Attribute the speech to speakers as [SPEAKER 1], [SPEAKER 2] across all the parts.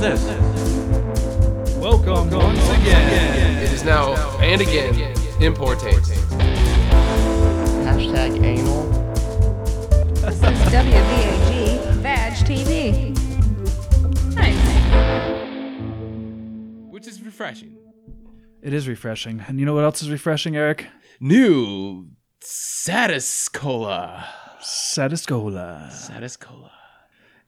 [SPEAKER 1] this. Welcome once again.
[SPEAKER 2] It is now and again Importates.
[SPEAKER 3] Hashtag anal.
[SPEAKER 4] This is WVAG Vag TV. Nice.
[SPEAKER 2] Which is refreshing.
[SPEAKER 5] It is refreshing. And you know what else is refreshing, Eric?
[SPEAKER 2] New Satis Cola.
[SPEAKER 5] Satis Cola.
[SPEAKER 2] Satis Cola.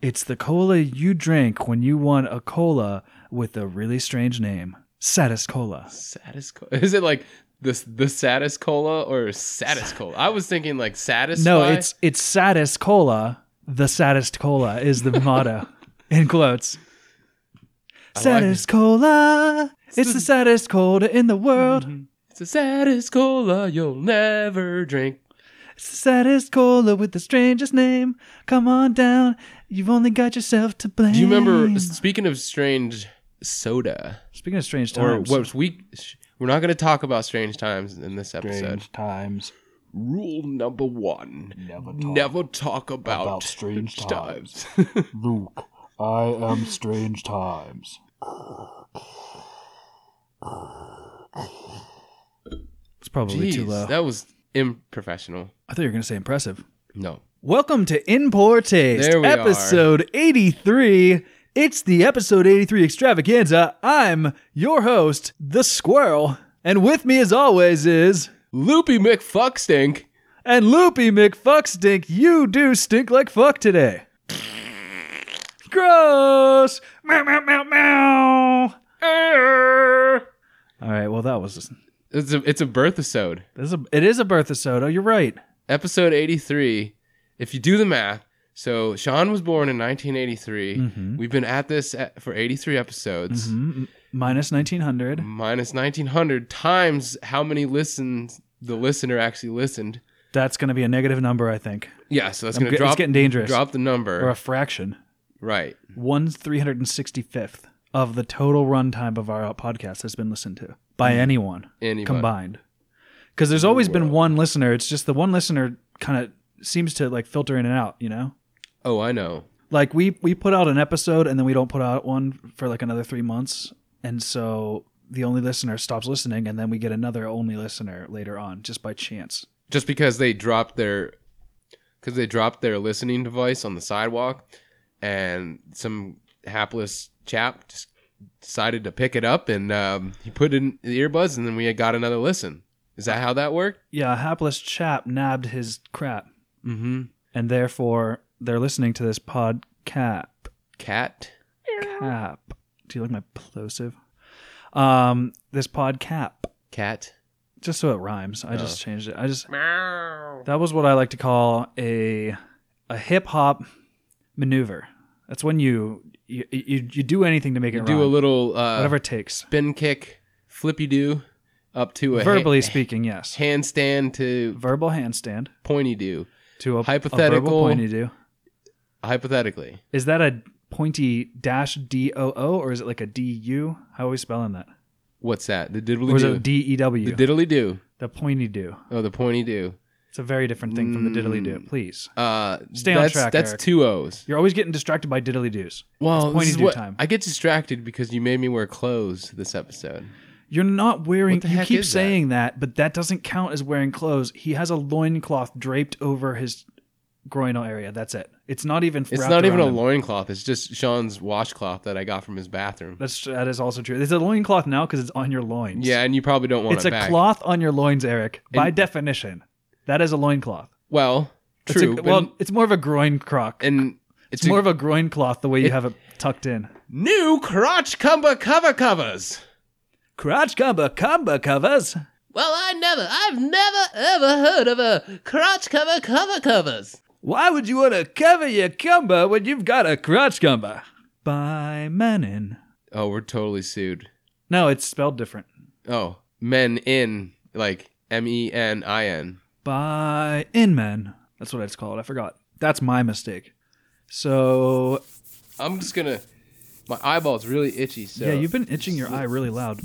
[SPEAKER 5] It's the cola you drink when you want a cola with a really strange name. Satis Cola.
[SPEAKER 2] Satis Cola. Is it like the, the Satis Cola or Satis Cola? I was thinking like Satis.
[SPEAKER 5] No, it's it's Satis Cola. The saddest cola is the motto in quotes. Saddest cola. It's the Mm-hmm. saddest cola in the world.
[SPEAKER 2] It's a Satis Cola you'll never drink.
[SPEAKER 5] It's the saddest cola with the strangest name. Come on down. You've only got yourself to blame.
[SPEAKER 2] Do you
[SPEAKER 5] Mm.
[SPEAKER 2] remember, speaking of strange soda,
[SPEAKER 5] Speaking of strange
[SPEAKER 2] or
[SPEAKER 5] times.
[SPEAKER 2] what we. sh- We're not going to talk about strange times in this episode.
[SPEAKER 5] times.
[SPEAKER 2] Rule number one: Never talk, about,
[SPEAKER 6] about strange
[SPEAKER 2] times.
[SPEAKER 6] Luke, I am strange times.
[SPEAKER 5] It's probably too low.
[SPEAKER 2] Jeez, that was improfessional.
[SPEAKER 5] I thought you were going to say impressive.
[SPEAKER 2] No,
[SPEAKER 5] Welcome to In Poor Taste,
[SPEAKER 2] There we are.
[SPEAKER 5] episode 83. It's the episode 83 extravaganza. I'm your host, The Squirrel. And with me, as always, is.
[SPEAKER 2] Loopy McFuckstink.
[SPEAKER 5] And Loopy McFuckstink, you do stink like fuck today. Gross! Meow, meow, meow, meow. Eh. All right, well, that was. Just,
[SPEAKER 2] It's a it's a birthisode.
[SPEAKER 5] this is a, it is a birth episode. Oh, you're right.
[SPEAKER 2] Episode eighty three. If you do the math, so Sean was born in nineteen We've been at this at- for eighty three episodes.
[SPEAKER 5] Mm, minus 1900.
[SPEAKER 2] Minus nineteen hundred times how many listens the listener actually listened.
[SPEAKER 5] That's going to be a negative number, I think,
[SPEAKER 2] Yeah, so that's
[SPEAKER 5] I'm
[SPEAKER 2] gonna
[SPEAKER 5] get- it's
[SPEAKER 2] drop.
[SPEAKER 5] getting dangerous.
[SPEAKER 2] Drop the number.
[SPEAKER 5] or a fraction.
[SPEAKER 2] Right.
[SPEAKER 5] One 365th of the total runtime of our podcast has been listened to by anyone
[SPEAKER 2] Anybody.
[SPEAKER 5] combined. Because there's always been one listener. It's just the one listener kind of seems to like filter in and out, you know?
[SPEAKER 2] Oh, I know.
[SPEAKER 5] Like we we put out an episode and then we don't put out one for like another three months, and so the only listener stops listening, and then we get another only listener later on just by chance.
[SPEAKER 2] just because they dropped their because they dropped their listening device on the sidewalk and some hapless chap just decided to pick it up and um, he put in the earbuds and then we got another listen is that how that worked
[SPEAKER 5] Yeah, a hapless chap nabbed his crap,
[SPEAKER 2] mm-hmm
[SPEAKER 5] and therefore they're listening to this pod cap.
[SPEAKER 2] cat
[SPEAKER 5] cap. Do you like my plosive? Um, this pod cap.
[SPEAKER 2] cat
[SPEAKER 5] Just so it rhymes. I
[SPEAKER 2] Oh.
[SPEAKER 5] just changed it. I just that was what I like to call a a hip hop maneuver. That's when you you, you you do anything to make it
[SPEAKER 2] do a
[SPEAKER 5] rhyme.
[SPEAKER 2] little uh
[SPEAKER 5] whatever it takes.
[SPEAKER 2] spin kick flippy do up to a
[SPEAKER 5] Verbally
[SPEAKER 2] ha-
[SPEAKER 5] speaking, yes.
[SPEAKER 2] handstand to
[SPEAKER 5] Verbal handstand
[SPEAKER 2] pointy do
[SPEAKER 5] to a a verbal
[SPEAKER 2] Hypothetical-
[SPEAKER 5] pointy do.
[SPEAKER 2] hypothetically
[SPEAKER 5] Is that a pointy dash d o o or is it like a d u? How are we spelling that?
[SPEAKER 2] what's that the
[SPEAKER 5] Or
[SPEAKER 2] diddly
[SPEAKER 5] is
[SPEAKER 2] do
[SPEAKER 5] it d e
[SPEAKER 2] the
[SPEAKER 5] w?
[SPEAKER 2] diddly do
[SPEAKER 5] The pointy do.
[SPEAKER 2] oh the pointy do
[SPEAKER 5] It's a very different thing from the diddly do. Please.
[SPEAKER 2] Uh,
[SPEAKER 5] Stay on
[SPEAKER 2] that's,
[SPEAKER 5] track,
[SPEAKER 2] That's
[SPEAKER 5] Eric.
[SPEAKER 2] two O's.
[SPEAKER 5] You're always getting distracted by diddly do's.
[SPEAKER 2] Well,
[SPEAKER 5] It's pointy
[SPEAKER 2] this is
[SPEAKER 5] do
[SPEAKER 2] what-
[SPEAKER 5] time.
[SPEAKER 2] I get distracted because you made me wear clothes this episode.
[SPEAKER 5] You're not wearing.
[SPEAKER 2] What the
[SPEAKER 5] you
[SPEAKER 2] heck
[SPEAKER 5] keep
[SPEAKER 2] is that?
[SPEAKER 5] saying that? but that doesn't count as wearing clothes. He has a loincloth draped over his groinal area. That's it. It's not even.
[SPEAKER 2] It's
[SPEAKER 5] wrapped
[SPEAKER 2] not even a
[SPEAKER 5] around him.
[SPEAKER 2] loincloth. It's just Sean's washcloth that I got from his bathroom.
[SPEAKER 5] That's that is also true. It's a loincloth now because it's on your loins.
[SPEAKER 2] yeah, and you probably don't want
[SPEAKER 5] it's
[SPEAKER 2] it
[SPEAKER 5] a
[SPEAKER 2] back.
[SPEAKER 5] cloth on your loins, Eric. By definition, that is a loincloth.
[SPEAKER 2] Well, true.
[SPEAKER 5] It's a,
[SPEAKER 2] but-
[SPEAKER 5] well, it's more of a groin crock.
[SPEAKER 2] and it's,
[SPEAKER 5] it's more of a groin cloth the way you have it tucked in.
[SPEAKER 2] new crotch cumber cover covers.
[SPEAKER 5] Crotch cover, cover covers.
[SPEAKER 2] Well, I never, I've never ever heard of a crotch cover cover covers.
[SPEAKER 5] Why would you want to cover your cumber when you've got a crotch cumber? By Menon.
[SPEAKER 2] Oh, we're totally sued.
[SPEAKER 5] No, it's spelled different.
[SPEAKER 2] Oh, men in like M E N I N.
[SPEAKER 5] By Inman. That's what it's called. I forgot. That's my mistake. So,
[SPEAKER 2] I'm just gonna. My eyeball's really itchy. So
[SPEAKER 5] yeah, you've been itching your eye really loud.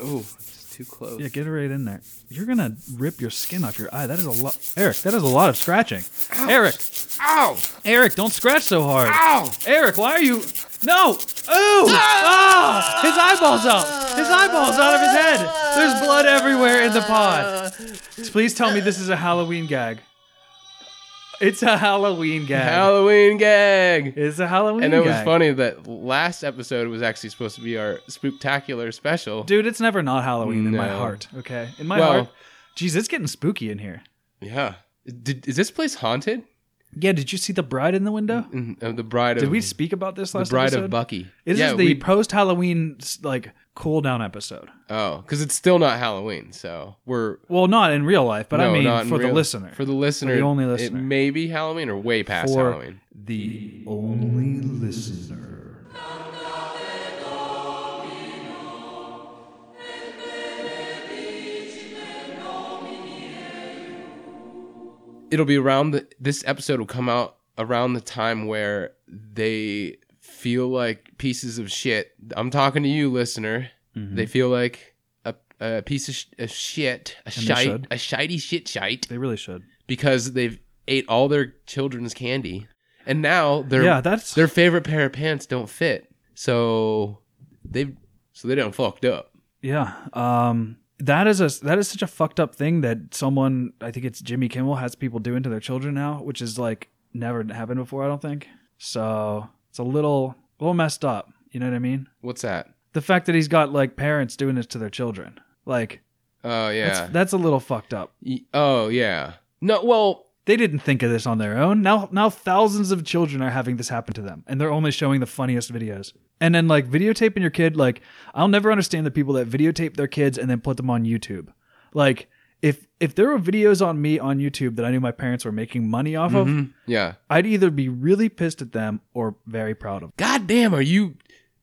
[SPEAKER 2] Oh, it's too close.
[SPEAKER 5] Yeah, get it right in there. You're going to rip your skin off your eye. That is a lot. Eric, that is a lot of scratching. Eric. Ow! Eric, don't scratch so hard. Ow! Eric, why are you. No! Ah! His eyeball's out. His eyeball's out of his head. There's blood everywhere in the pod. Please tell me this is a Halloween gag. It's a Halloween gag.
[SPEAKER 2] Halloween gag.
[SPEAKER 5] it's a Halloween
[SPEAKER 2] And it was
[SPEAKER 5] gag.
[SPEAKER 2] funny that last episode was actually supposed to be our spooktacular special.
[SPEAKER 5] Dude, it's never not Halloween in my
[SPEAKER 2] No.
[SPEAKER 5] heart, okay? In my
[SPEAKER 2] Well-
[SPEAKER 5] heart. Jeez, it's getting spooky in here.
[SPEAKER 2] Yeah. Did, is this place haunted?
[SPEAKER 5] Yeah, did you see the bride in the window?
[SPEAKER 2] Mm, uh, the bride of
[SPEAKER 5] Did we speak about this
[SPEAKER 2] the
[SPEAKER 5] last
[SPEAKER 2] bride
[SPEAKER 5] episode?
[SPEAKER 2] of Bucky.
[SPEAKER 5] This
[SPEAKER 2] yeah,
[SPEAKER 5] is the
[SPEAKER 2] we-
[SPEAKER 5] post Halloween like cool down episode.
[SPEAKER 2] oh, because it's still not Halloween, so we're
[SPEAKER 5] Well, not in real life, but
[SPEAKER 2] no,
[SPEAKER 5] I
[SPEAKER 2] not
[SPEAKER 5] mean
[SPEAKER 2] in
[SPEAKER 5] for the
[SPEAKER 2] real-
[SPEAKER 5] listener.
[SPEAKER 2] for the listener,
[SPEAKER 5] the only
[SPEAKER 2] it
[SPEAKER 5] listener.
[SPEAKER 2] may be Halloween or way past
[SPEAKER 5] For-
[SPEAKER 2] Halloween.
[SPEAKER 5] the only listener.
[SPEAKER 2] It'll be around the, this episode will come out around the time where they feel like pieces of shit. I'm talking to you, listener.
[SPEAKER 5] Mm-hmm.
[SPEAKER 2] They feel like a, a piece of sh- a shit, a
[SPEAKER 5] they
[SPEAKER 2] shite,
[SPEAKER 5] should.
[SPEAKER 2] a shitey shit shite.
[SPEAKER 5] They really should.
[SPEAKER 2] because they've ate all their children's candy, and now their
[SPEAKER 5] Yeah, that's-
[SPEAKER 2] their favorite pair of pants don't fit. So they so they don't fucked up.
[SPEAKER 5] Yeah. Um that is a that is such a fucked up thing that someone I think it's Jimmy Kimmel has people doing to their children now, which is like never happened before, I don't think. So it's a little a little messed up. You know what I mean?
[SPEAKER 2] What's that?
[SPEAKER 5] The fact that he's got like parents doing this to their children. Like
[SPEAKER 2] Oh yeah.
[SPEAKER 5] that's that's a little fucked up.
[SPEAKER 2] Y- oh yeah. No, well,
[SPEAKER 5] They didn't think of this on their own. Now now thousands of children are having this happen to them and they're only showing the funniest videos. And then like videotaping your kid like I'll never understand the people that videotape their kids and then put them on YouTube. Like if if there were videos on me on YouTube that I knew my parents were making money off of,
[SPEAKER 2] yeah.
[SPEAKER 5] I'd either be really pissed at them or very proud of. Them.
[SPEAKER 2] God damn, are you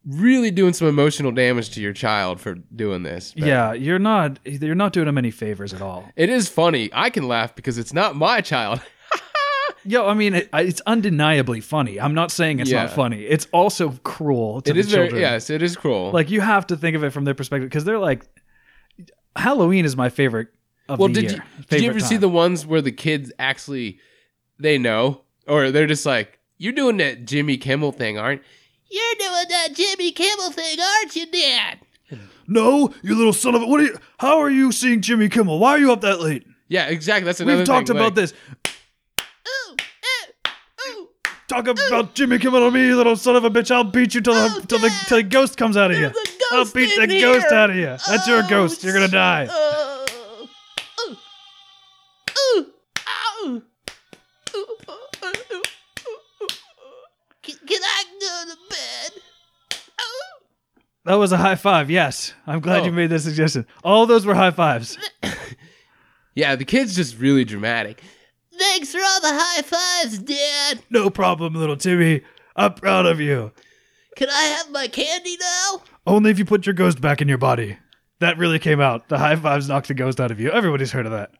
[SPEAKER 2] really doing some emotional damage to your child for doing this? But
[SPEAKER 5] Yeah, you're not you're not doing them any favors at all.
[SPEAKER 2] It is funny. I can laugh because it's not my child.
[SPEAKER 5] Yo, I mean, it, I- it's undeniably funny. I'm not saying it's
[SPEAKER 2] Yeah.
[SPEAKER 5] not funny. It's also cruel to
[SPEAKER 2] It
[SPEAKER 5] the
[SPEAKER 2] is
[SPEAKER 5] children.
[SPEAKER 2] very yes, it is cruel.
[SPEAKER 5] Like you have to think of it from their perspective because they're like, Halloween is my favorite of
[SPEAKER 2] well,
[SPEAKER 5] the
[SPEAKER 2] did
[SPEAKER 5] year.
[SPEAKER 2] you did you
[SPEAKER 5] favorite
[SPEAKER 2] ever see
[SPEAKER 5] time.
[SPEAKER 2] the ones where the kids actually they know or they're just like you're doing that Jimmy Kimmel thing, aren't? You're doing that Jimmy Kimmel thing, aren't you, Dad?
[SPEAKER 5] No, you little son of a. What are you? How are you seeing Jimmy Kimmel? Why are you up that late?
[SPEAKER 2] Yeah, exactly. That's another.
[SPEAKER 5] We've talked
[SPEAKER 2] thing, like,
[SPEAKER 5] about this.
[SPEAKER 1] eh,
[SPEAKER 5] Talk about Jimmy Kimmel to me, you little son of a bitch. I'll beat you till
[SPEAKER 2] Oh,
[SPEAKER 5] the till the, till the ghost comes out of you. I'll beat the ghost out of you. That's
[SPEAKER 2] Oh,
[SPEAKER 5] your ghost. You're gonna die.
[SPEAKER 1] Oh, Oh,
[SPEAKER 5] That was a high five. Yes, I'm glad
[SPEAKER 2] Oh.
[SPEAKER 5] you made that suggestion. All those were high fives.
[SPEAKER 2] Yeah, the kid's just really dramatic.
[SPEAKER 1] Thanks for all the high fives, Dad.
[SPEAKER 5] No problem, little Timmy. I'm proud of you.
[SPEAKER 1] Can I have my candy now?
[SPEAKER 5] Only if you put your ghost back in your body. That really came out. The high fives knocked the ghost out of you. Everybody's heard of that.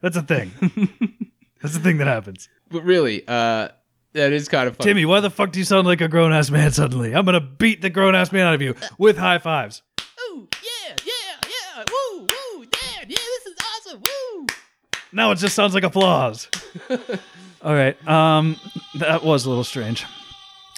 [SPEAKER 5] That's a thing. That's a thing that happens.
[SPEAKER 2] But really, uh, that is kind of funny.
[SPEAKER 5] Timmy, why the fuck do you sound like a grown ass man suddenly? I'm gonna beat the grown ass man out of you with high fives.
[SPEAKER 1] Ooh, yeah, yeah, yeah. Woo, woo, Dad. Yeah, this is awesome. Woo.
[SPEAKER 5] Now it just sounds like applause. All right. Um, that was a little strange.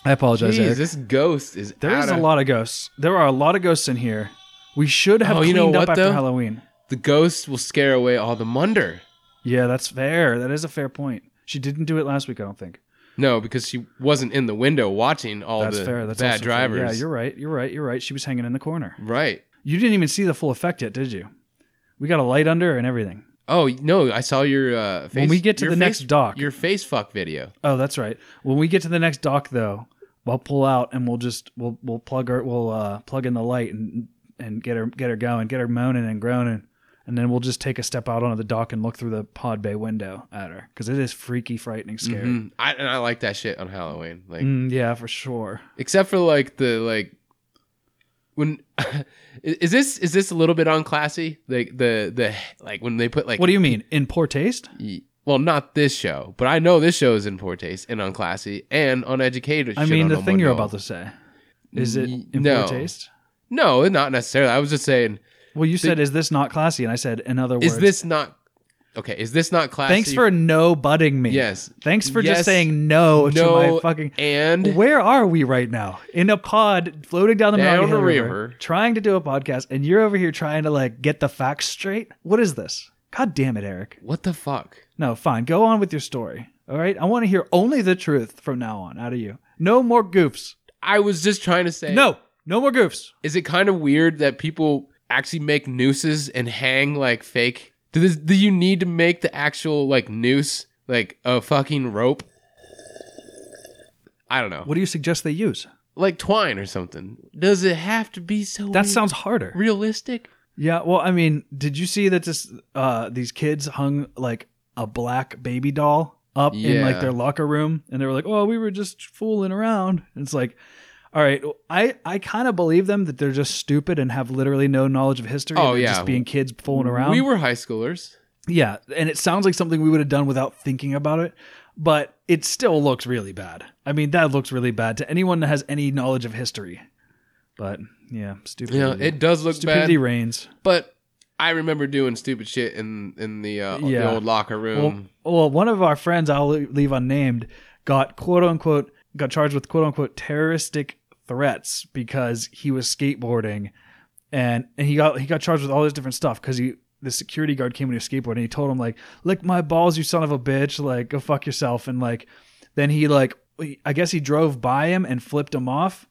[SPEAKER 5] I apologize,
[SPEAKER 2] Jeez,
[SPEAKER 5] Eric.
[SPEAKER 2] this ghost is
[SPEAKER 5] There
[SPEAKER 2] out
[SPEAKER 5] is a
[SPEAKER 2] of-
[SPEAKER 5] lot of ghosts. There are a lot of ghosts in here. We should have
[SPEAKER 2] Oh, you
[SPEAKER 5] cleaned
[SPEAKER 2] know
[SPEAKER 5] up
[SPEAKER 2] what,
[SPEAKER 5] after
[SPEAKER 2] though?
[SPEAKER 5] Halloween.
[SPEAKER 2] The ghost will scare away all the munder.
[SPEAKER 5] Yeah, that's fair. That is a fair point. She didn't do it last week, I don't think.
[SPEAKER 2] No, because she wasn't in the window watching all
[SPEAKER 5] That's
[SPEAKER 2] the
[SPEAKER 5] fair. That's
[SPEAKER 2] bad
[SPEAKER 5] also fair.
[SPEAKER 2] drivers.
[SPEAKER 5] Yeah, you're right. You're right. You're right. She was hanging in the corner.
[SPEAKER 2] right.
[SPEAKER 5] You didn't even see the full effect yet, did you? We got a light under and everything.
[SPEAKER 2] Oh no, I saw your uh, face.
[SPEAKER 5] When we get to
[SPEAKER 2] your
[SPEAKER 5] the
[SPEAKER 2] face-
[SPEAKER 5] next dock.
[SPEAKER 2] your face fuck video.
[SPEAKER 5] Oh, that's right. When we get to the next dock, though, I'll pull out and we'll just we'll we'll plug her we'll uh, plug in the light and and get her get her going, get her moaning and groaning, and then we'll just take a step out onto the dock and look through the pod bay window at her because it is freaky, frightening, scary.
[SPEAKER 2] Mm, I and I like that shit on Halloween. Like
[SPEAKER 5] Mm, yeah, for sure.
[SPEAKER 2] except for like the like when i- is this is this a little bit unclassy? Like the the like when they put like
[SPEAKER 5] What do you mean in poor taste?
[SPEAKER 2] y- well not this show, but I know this show is in poor taste and unclassy and uneducated.
[SPEAKER 5] I
[SPEAKER 2] shit
[SPEAKER 5] mean
[SPEAKER 2] on
[SPEAKER 5] the
[SPEAKER 2] a
[SPEAKER 5] thing you're
[SPEAKER 2] Monday.
[SPEAKER 5] about to say. Is it
[SPEAKER 2] Ye-
[SPEAKER 5] in
[SPEAKER 2] no.
[SPEAKER 5] poor taste?
[SPEAKER 2] No, not necessarily. I was just saying,
[SPEAKER 5] Well, you said, "Is this not classy?" And I said, "In other words,
[SPEAKER 2] is this not Okay, is this not classy?
[SPEAKER 5] Thanks for no butting me.
[SPEAKER 2] Yes.
[SPEAKER 5] Thanks for
[SPEAKER 2] Yes.
[SPEAKER 5] just saying no, to
[SPEAKER 2] no
[SPEAKER 5] my fucking.
[SPEAKER 2] and
[SPEAKER 5] Where are we right now? In a pod floating down the
[SPEAKER 2] Down
[SPEAKER 5] Mountain
[SPEAKER 2] the
[SPEAKER 5] Hill river,
[SPEAKER 2] river.
[SPEAKER 5] trying to do a podcast, and you're over here trying to like get the facts straight. What is this? God damn it, Eric.
[SPEAKER 2] what the fuck?
[SPEAKER 5] No, fine. Go on with your story. All right. I want to hear only the truth from now on out of you. No more goofs.
[SPEAKER 2] I was just trying to say
[SPEAKER 5] No, no more goofs.
[SPEAKER 2] Is it kind of weird that people actually make nooses and hang like fake? Do this, do you need to make the actual like noose like a fucking rope? I don't know.
[SPEAKER 5] What do you suggest they use?
[SPEAKER 2] Like twine or something. Does it have to be so
[SPEAKER 5] That sounds harder.
[SPEAKER 2] realistic?
[SPEAKER 5] Yeah, well, I mean, did you see that this uh these kids hung like a black baby doll up in like
[SPEAKER 2] Yeah.
[SPEAKER 5] their locker room and they were like, "Oh, we were just fooling around." And it's like, "All right, I I kind of believe them that they're just stupid and have literally no knowledge of history. and
[SPEAKER 2] Oh,
[SPEAKER 5] they're
[SPEAKER 2] yeah.
[SPEAKER 5] just being kids fooling around."
[SPEAKER 2] We were high schoolers.
[SPEAKER 5] Yeah, and it sounds like something we would have done without thinking about it, but it still looks really bad. I mean, that looks really bad to anyone that has any knowledge of history. But yeah, stupidity.
[SPEAKER 2] Yeah, it does look bad.
[SPEAKER 5] stupidity reigns.
[SPEAKER 2] But I remember doing stupid shit in in the, uh,
[SPEAKER 5] Yeah.
[SPEAKER 2] the old locker room.
[SPEAKER 5] Well, well, one of our friends I'll leave unnamed got quote unquote got charged with quote unquote terroristic threats because he was skateboarding, and and he got he got charged with all this different stuff because he the security guard came when he was skateboarding and he told him like lick my balls you son of a bitch like go fuck yourself and like then he like I guess he drove by him and flipped him off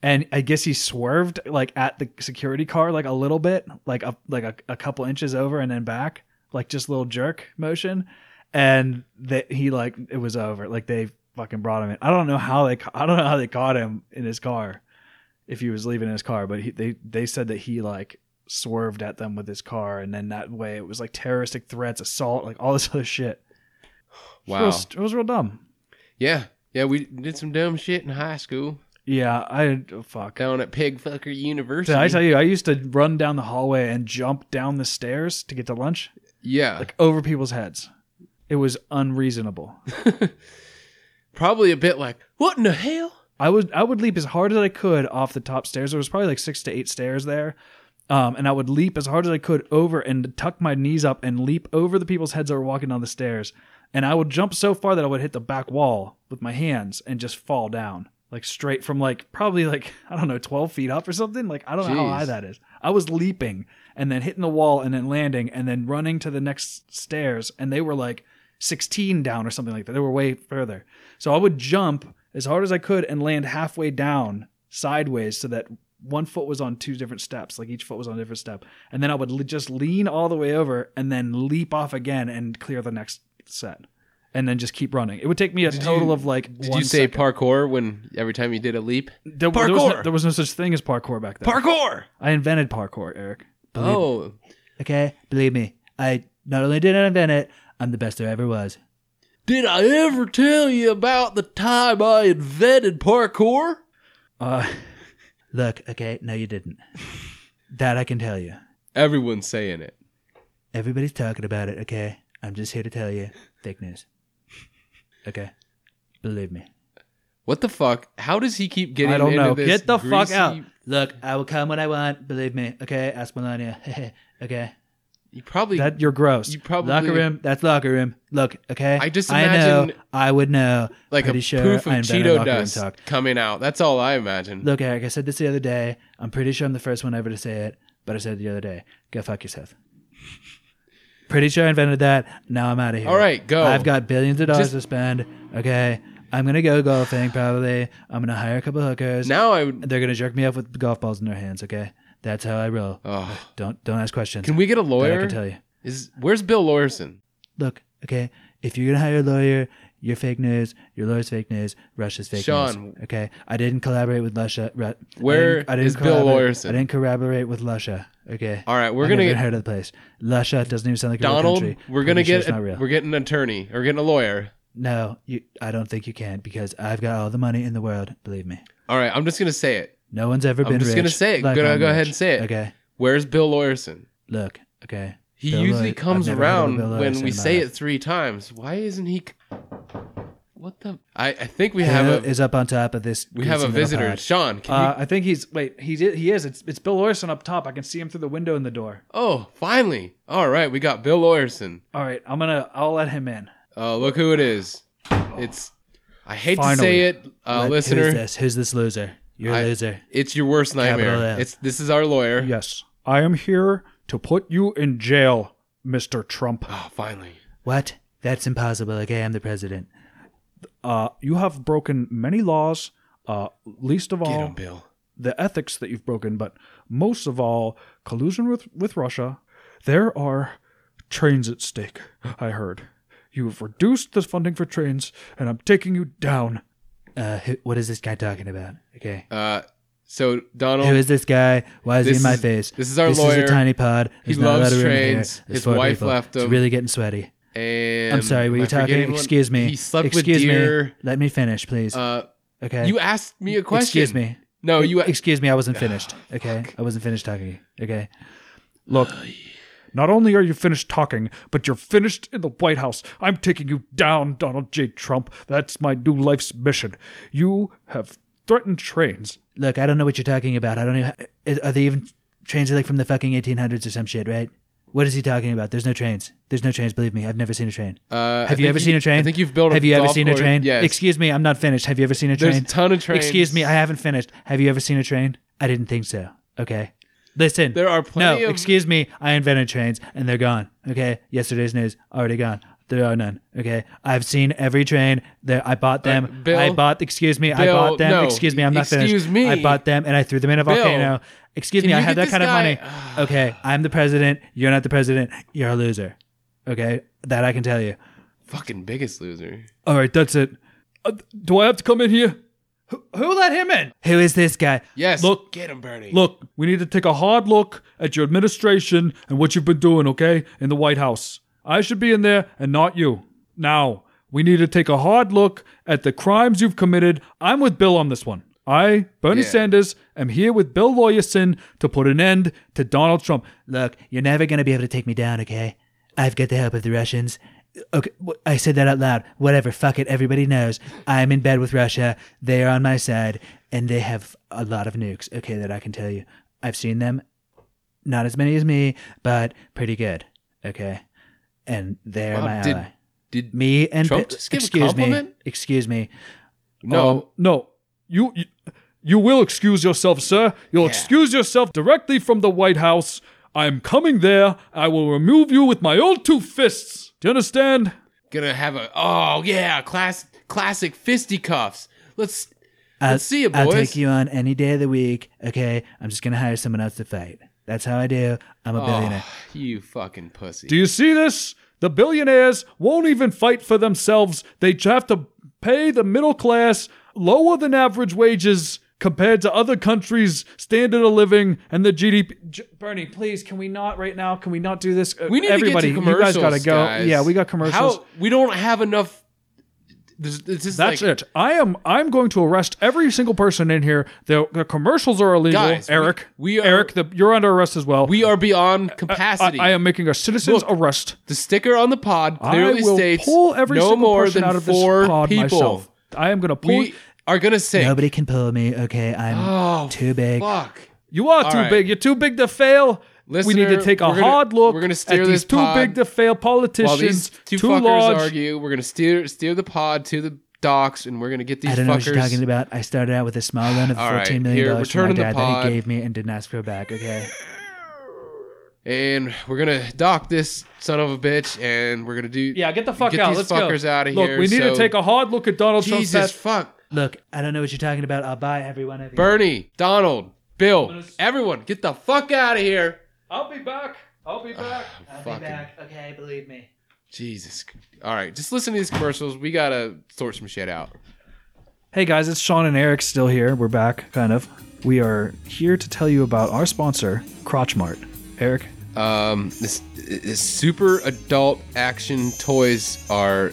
[SPEAKER 5] and I guess he swerved like at the security car like a little bit, like up like a, a couple inches over and then back, like just little jerk motion, and that he like it was over. Like they fucking brought him in. I don't know how they ca- I don't know how they caught him in his car, if he was leaving his car, but he, they they said that he like swerved at them with his car, and then that way it was like terroristic threats, assault, like all this other shit. It
[SPEAKER 2] wow.
[SPEAKER 5] was- it was real dumb.
[SPEAKER 2] Yeah. Yeah, we did some dumb shit in high school
[SPEAKER 5] Yeah, I oh, fuck.
[SPEAKER 2] down at Pigfucker University.
[SPEAKER 5] Did I tell you, I used to run down the hallway and jump down the stairs to get to lunch,
[SPEAKER 2] Yeah.
[SPEAKER 5] like over people's heads. It was unreasonable.
[SPEAKER 2] probably a bit like, what in the hell?
[SPEAKER 5] I would I would leap as hard as I could off the top stairs. There was probably like six to eight stairs there, um, and I would leap as hard as I could over and tuck my knees up and leap over the people's heads that were walking down the stairs. And I would jump so far that I would hit the back wall with my hands and just fall down, like straight from like probably like I don't know twelve feet up or something. Like I don't know how
[SPEAKER 2] Jeez.
[SPEAKER 5] high that is. I was leaping and then hitting the wall and then landing and then running to the next stairs, and they were like 16 down or something like that. They were way further. So I would jump as hard as I could and land halfway down sideways so that one foot was on two different steps, like each foot was on a different step. And then I would le- just lean all the way over and then leap off again and clear the next set and then just keep running. It would take me a
[SPEAKER 2] Did
[SPEAKER 5] total
[SPEAKER 2] you-
[SPEAKER 5] of like
[SPEAKER 2] Did
[SPEAKER 5] one
[SPEAKER 2] you say
[SPEAKER 5] second.
[SPEAKER 2] parkour when every time you did a leap?
[SPEAKER 5] There, there was no,
[SPEAKER 2] parkour?
[SPEAKER 5] there was no such thing as parkour back then.
[SPEAKER 2] Parkour!
[SPEAKER 5] I invented parkour, Eric. Believe me.
[SPEAKER 2] Oh,
[SPEAKER 5] Okay, believe me. I not only did I invent it, I'm the best there ever was.
[SPEAKER 2] did I ever tell you about the time I invented parkour?
[SPEAKER 5] Uh, Look, okay, no, you didn't. that I can tell you.
[SPEAKER 2] Everyone's saying it.
[SPEAKER 5] Everybody's talking about it, okay? I'm just here to tell you fake news. Okay, believe me.
[SPEAKER 2] What the fuck? How does he keep getting
[SPEAKER 5] I don't
[SPEAKER 2] into
[SPEAKER 5] know.
[SPEAKER 2] this
[SPEAKER 5] Get the fuck
[SPEAKER 2] greasy-
[SPEAKER 5] out. Look, I will come when I want. Believe me, okay? Ask Melania. okay.
[SPEAKER 2] You probably
[SPEAKER 5] That you're gross.
[SPEAKER 2] You probably-
[SPEAKER 5] locker room. That's locker room. Look, okay.
[SPEAKER 2] I just
[SPEAKER 5] I know.
[SPEAKER 2] imagine-
[SPEAKER 5] I would know.
[SPEAKER 2] like a
[SPEAKER 5] Pretty sure
[SPEAKER 2] poof of
[SPEAKER 5] I invented
[SPEAKER 2] Cheeto
[SPEAKER 5] locker room
[SPEAKER 2] dust
[SPEAKER 5] talk.
[SPEAKER 2] coming out. That's all I imagine.
[SPEAKER 5] Look, Eric, I said this the other day. I'm pretty sure I'm the first one ever to say it, but I said it the other day. Go fuck yourself. Pretty sure I invented that. Now I'm out of here.
[SPEAKER 2] All right, go.
[SPEAKER 5] I've got billions of dollars
[SPEAKER 2] Just-
[SPEAKER 5] to spend. Okay. I'm going to go golfing probably. I'm going to hire a couple hookers.
[SPEAKER 2] now I would.
[SPEAKER 5] They're going to jerk me up with golf balls in their hands. Okay. That's how I roll.
[SPEAKER 2] Oh.
[SPEAKER 5] Don't don't ask questions.
[SPEAKER 2] Can we get a
[SPEAKER 5] That
[SPEAKER 2] lawyer?
[SPEAKER 5] I can tell you.
[SPEAKER 2] Is where's Bill Lawyerson?
[SPEAKER 5] Look, okay. If you're going to hire a lawyer, you're fake news. Your lawyer's fake news. Russia's fake
[SPEAKER 2] Sean.
[SPEAKER 5] news. Okay. I didn't collaborate with Russia. Ru-
[SPEAKER 2] Where
[SPEAKER 5] I didn't, I didn't
[SPEAKER 2] is Bill
[SPEAKER 5] corroborate-
[SPEAKER 2] Lawyerson?
[SPEAKER 5] I didn't corroborate with Lusha. Okay.
[SPEAKER 2] All right, we're
[SPEAKER 5] I've
[SPEAKER 2] gonna
[SPEAKER 5] never
[SPEAKER 2] get-
[SPEAKER 5] heard of the place. Lusha doesn't even sound like a real
[SPEAKER 2] Donald,
[SPEAKER 5] country.
[SPEAKER 2] we're
[SPEAKER 5] Pretty
[SPEAKER 2] gonna
[SPEAKER 5] sure
[SPEAKER 2] get
[SPEAKER 5] it's not real.
[SPEAKER 2] we're getting an attorney or getting a lawyer.
[SPEAKER 5] No, you, I don't think you can because I've got all the money in the world. Believe me.
[SPEAKER 2] All right, I'm just gonna say it.
[SPEAKER 5] No one's ever
[SPEAKER 2] I'm
[SPEAKER 5] been.
[SPEAKER 2] just
[SPEAKER 5] rich
[SPEAKER 2] gonna say it.
[SPEAKER 5] like
[SPEAKER 2] Gonna
[SPEAKER 5] I'm
[SPEAKER 2] go ahead
[SPEAKER 5] rich.
[SPEAKER 2] and say it.
[SPEAKER 5] Okay.
[SPEAKER 2] Where's Bill Lawyerson?
[SPEAKER 5] Look. Okay.
[SPEAKER 2] He
[SPEAKER 5] Bill
[SPEAKER 2] usually
[SPEAKER 5] Loy-
[SPEAKER 2] comes
[SPEAKER 5] I've never heard of
[SPEAKER 2] around
[SPEAKER 5] Bill
[SPEAKER 2] when
[SPEAKER 5] Loyerson
[SPEAKER 2] we
[SPEAKER 5] in my
[SPEAKER 2] say
[SPEAKER 5] life.
[SPEAKER 2] it three times. Why isn't he? What the? I, I think we have
[SPEAKER 6] Who
[SPEAKER 2] a
[SPEAKER 6] is up on top of this.
[SPEAKER 2] we have a
[SPEAKER 6] goosey little
[SPEAKER 2] visitor.
[SPEAKER 6] pod?
[SPEAKER 2] Sean, can
[SPEAKER 6] Uh,
[SPEAKER 2] you?
[SPEAKER 6] I think he's wait. He did, he is. It's it's Bill Orson up top. I can see him through the window in the door.
[SPEAKER 2] Oh, finally! All right, we got Bill Orson.
[SPEAKER 6] All right, I'm gonna. I'll let him in.
[SPEAKER 2] Oh, look who it is! It's I hate to
[SPEAKER 6] Finally.
[SPEAKER 2] say it, uh,
[SPEAKER 6] Let- Who's
[SPEAKER 2] listener.
[SPEAKER 6] this? Who's this loser? You're a
[SPEAKER 2] I-
[SPEAKER 6] loser.
[SPEAKER 2] It's your worst
[SPEAKER 6] Capital
[SPEAKER 2] nightmare.
[SPEAKER 6] F.
[SPEAKER 2] It's this is our lawyer.
[SPEAKER 6] Yes, I am here to put you in jail, Mister Trump.
[SPEAKER 2] Oh, finally!
[SPEAKER 5] What? That's impossible. Like, I am the president.
[SPEAKER 6] Uh, you have broken many laws. Uh, least of
[SPEAKER 5] Oh.
[SPEAKER 2] Get
[SPEAKER 6] all
[SPEAKER 2] him, Bill.
[SPEAKER 6] the ethics that you've broken, but most of all, collusion with with Russia. There are trains at stake. I heard you've reduced the funding for trains, and I'm taking you down.
[SPEAKER 5] Uh, who, what is this guy talking about? Okay.
[SPEAKER 2] Uh, so
[SPEAKER 5] Who
[SPEAKER 2] Donald,
[SPEAKER 5] is this guy? Why is he
[SPEAKER 2] This
[SPEAKER 5] in my
[SPEAKER 2] is-
[SPEAKER 5] face?
[SPEAKER 2] this is our
[SPEAKER 5] This
[SPEAKER 2] lawyer.
[SPEAKER 5] is a tiny pod. There's
[SPEAKER 2] He
[SPEAKER 5] not a lot
[SPEAKER 2] loves
[SPEAKER 5] of room in here.
[SPEAKER 2] trains.
[SPEAKER 5] There's
[SPEAKER 2] His
[SPEAKER 5] four
[SPEAKER 2] wife
[SPEAKER 5] people.
[SPEAKER 2] left
[SPEAKER 5] It's
[SPEAKER 2] him.
[SPEAKER 5] really getting sweaty.
[SPEAKER 2] and
[SPEAKER 5] I'm sorry. Were
[SPEAKER 2] am
[SPEAKER 5] you
[SPEAKER 2] I forgetting
[SPEAKER 5] talking?
[SPEAKER 2] anyone?
[SPEAKER 5] Excuse me.
[SPEAKER 2] He slept
[SPEAKER 5] Excuse
[SPEAKER 2] with
[SPEAKER 5] me.
[SPEAKER 2] deer.
[SPEAKER 5] Let me finish, please.
[SPEAKER 2] Uh,
[SPEAKER 5] okay.
[SPEAKER 2] you asked me a question.
[SPEAKER 5] Excuse me.
[SPEAKER 2] No, you.
[SPEAKER 5] Excuse me. I wasn't finished. Okay. I wasn't finished talking. to you. Okay.
[SPEAKER 6] Look, not only are you finished talking, but you're finished in the White House. I'm taking you down, Donald J. Trump. That's my new life's mission. You have threatened trains.
[SPEAKER 5] Look, I don't know what you're talking about. I don't even. Are they even trains are like from the fucking 1800s or some shit, right? What is he talking about? There's no trains. There's no trains. Believe me, I've never seen a train.
[SPEAKER 2] Uh, I
[SPEAKER 5] Have you
[SPEAKER 2] think
[SPEAKER 5] ever seen a train?
[SPEAKER 2] I think you've built. A
[SPEAKER 5] Have you ever
[SPEAKER 2] golf
[SPEAKER 5] seen
[SPEAKER 2] course.
[SPEAKER 5] a train?
[SPEAKER 2] Yes.
[SPEAKER 5] Excuse me, I'm not finished. Have you ever seen a train?
[SPEAKER 2] There's a ton of trains.
[SPEAKER 5] Excuse me, I haven't finished. Have you ever seen a train? I didn't think so. Okay. Listen.
[SPEAKER 2] There are plenty
[SPEAKER 5] No,
[SPEAKER 2] of-
[SPEAKER 5] excuse me. I invented trains and they're gone. Okay. Yesterday's news already gone. There are none. Okay. I've seen every train. There I bought them.
[SPEAKER 2] Bill.
[SPEAKER 5] I bought excuse me. I
[SPEAKER 2] Bill,
[SPEAKER 5] bought them.
[SPEAKER 2] no.
[SPEAKER 5] Excuse me. I'm not finished.
[SPEAKER 2] Excuse me.
[SPEAKER 5] I bought them and I threw them in a
[SPEAKER 2] Bill,
[SPEAKER 5] volcano. Excuse
[SPEAKER 2] can
[SPEAKER 5] me. I
[SPEAKER 2] you
[SPEAKER 5] have
[SPEAKER 2] get
[SPEAKER 5] that kind
[SPEAKER 2] this uh,
[SPEAKER 5] of money. okay. I'm the president. You're not the president. You're a loser. Okay. That I can tell you.
[SPEAKER 2] Fucking biggest loser.
[SPEAKER 6] All right, that's it. Uh, do I have to come in here? Who, who let him in?
[SPEAKER 5] Who is this guy?
[SPEAKER 2] Yes.
[SPEAKER 6] Look-
[SPEAKER 2] get him, Bernie.
[SPEAKER 6] Look, we need to take a hard look at your administration and what you've been doing, okay, in the White House. I should be in there and not you. Now, we need to take a hard look at the crimes you've committed. I'm with Bill on this one. I, Bernie
[SPEAKER 2] Yeah.
[SPEAKER 6] Sanders, am here with Bill Lawyerson to put an end to Donald Trump.
[SPEAKER 5] Look, you're never going to be able to take me down, okay? I've got the help of the Russians. Okay, wh- I said that out loud. Whatever, fuck it. Everybody knows I'm in bed with Russia. They are on my side, and they have a lot of nukes, okay, that I can tell you. I've seen them. Not as many as me, but pretty good, okay? And they're
[SPEAKER 2] Wow,
[SPEAKER 5] my
[SPEAKER 2] did-
[SPEAKER 5] ally.
[SPEAKER 2] Did
[SPEAKER 5] Me and
[SPEAKER 2] Trump
[SPEAKER 5] Pi-
[SPEAKER 2] just give a
[SPEAKER 5] excuse me,
[SPEAKER 2] compliment?
[SPEAKER 5] excuse me.
[SPEAKER 2] no?
[SPEAKER 5] Oh.
[SPEAKER 6] Um, no. You, you you will excuse yourself, sir. You'll excuse yourself directly from the White House. I am coming there. I will remove you with my own two fists. Do you understand?
[SPEAKER 2] gonna have a oh yeah, class classic fisticuffs. Let's let's see it, boys.
[SPEAKER 5] I'll take you on any day of the week, okay? I'm just going to hire someone else to fight. That's how I do. I'm a billionaire.
[SPEAKER 2] Oh, you fucking pussy.
[SPEAKER 6] Do you see this? The billionaires won't even fight for themselves. They have to pay the middle class lower than average wages compared to other countries' standard of living and the GDP. J- Bernie, please, can we not right now? Can we not do this? Uh,
[SPEAKER 2] we need
[SPEAKER 6] Everybody,
[SPEAKER 2] to get to commercials.
[SPEAKER 6] You guys gotta go.
[SPEAKER 2] guys.
[SPEAKER 6] Yeah, we got commercials.
[SPEAKER 2] How we don't have enough. There's, it's just
[SPEAKER 6] That's it.
[SPEAKER 2] like,
[SPEAKER 6] I am. I'm going to arrest every single person in here. The, the commercials are illegal.
[SPEAKER 2] Guys, we-
[SPEAKER 6] Eric,
[SPEAKER 2] we are-
[SPEAKER 6] Eric, the, you're under arrest as well.
[SPEAKER 2] We are beyond
[SPEAKER 6] I,
[SPEAKER 2] capacity.
[SPEAKER 6] I am making a citizen's arrest.
[SPEAKER 2] the sticker on the pod clearly
[SPEAKER 6] I will
[SPEAKER 2] states
[SPEAKER 6] pull every
[SPEAKER 2] no
[SPEAKER 6] single
[SPEAKER 2] more
[SPEAKER 6] person
[SPEAKER 2] than
[SPEAKER 6] out of
[SPEAKER 2] four
[SPEAKER 6] this pod
[SPEAKER 2] people.
[SPEAKER 6] myself. I am going to pull.
[SPEAKER 2] We are gonna sing.
[SPEAKER 5] Nobody can pull me. Okay, I'm
[SPEAKER 2] oh,
[SPEAKER 5] too big.
[SPEAKER 2] fuck.
[SPEAKER 6] you are
[SPEAKER 2] All
[SPEAKER 6] too
[SPEAKER 2] right.
[SPEAKER 6] big. You're too big to fail. we need
[SPEAKER 2] Listener,
[SPEAKER 6] to take a
[SPEAKER 2] we're gonna-
[SPEAKER 6] hard look
[SPEAKER 2] we're gonna
[SPEAKER 6] at
[SPEAKER 2] steer
[SPEAKER 6] these
[SPEAKER 2] this
[SPEAKER 6] too
[SPEAKER 2] pod
[SPEAKER 6] big to fail
[SPEAKER 2] While
[SPEAKER 6] politicians,
[SPEAKER 2] these two
[SPEAKER 6] too
[SPEAKER 2] fuckers
[SPEAKER 6] large.
[SPEAKER 2] argue, we're gonna steer steer the pod to the docks, and we're gonna get these
[SPEAKER 5] I don't know what
[SPEAKER 2] fuckers.
[SPEAKER 5] you're talking about. I started out with a small loan of
[SPEAKER 2] All right,
[SPEAKER 5] fourteen million
[SPEAKER 2] here,
[SPEAKER 5] dollars from my
[SPEAKER 2] return the
[SPEAKER 5] dad that
[SPEAKER 2] pod.
[SPEAKER 5] he gave me and didn't ask for back. Okay,
[SPEAKER 2] and we're gonna dock this son of a bitch, and we're gonna do
[SPEAKER 6] Yeah, get the fuck
[SPEAKER 2] Get
[SPEAKER 6] out.
[SPEAKER 2] these
[SPEAKER 6] Let's
[SPEAKER 2] fuckers
[SPEAKER 6] go.
[SPEAKER 2] outta
[SPEAKER 6] look,
[SPEAKER 2] here,
[SPEAKER 6] we need to
[SPEAKER 2] so-
[SPEAKER 6] take a hard look at Donald Trump's
[SPEAKER 2] Jesus
[SPEAKER 6] past
[SPEAKER 2] fuck,
[SPEAKER 5] look, I don't know what you're talking about. I'll buy every one of you.
[SPEAKER 2] Bernie, Donald, Bill, everyone, get the fuck out of here.
[SPEAKER 6] I'll be back. I'll be back.
[SPEAKER 5] I'll be
[SPEAKER 2] Fucking
[SPEAKER 5] back. Okay, believe me.
[SPEAKER 2] Jesus. All right, just listen to these commercials. We gotta sort some shit out.
[SPEAKER 6] Hey guys, it's Sean and Eric still here. We're back, kind of. We are here to tell you about our sponsor, Crotch Mart. Eric,
[SPEAKER 2] Um, this, this super adult action toys are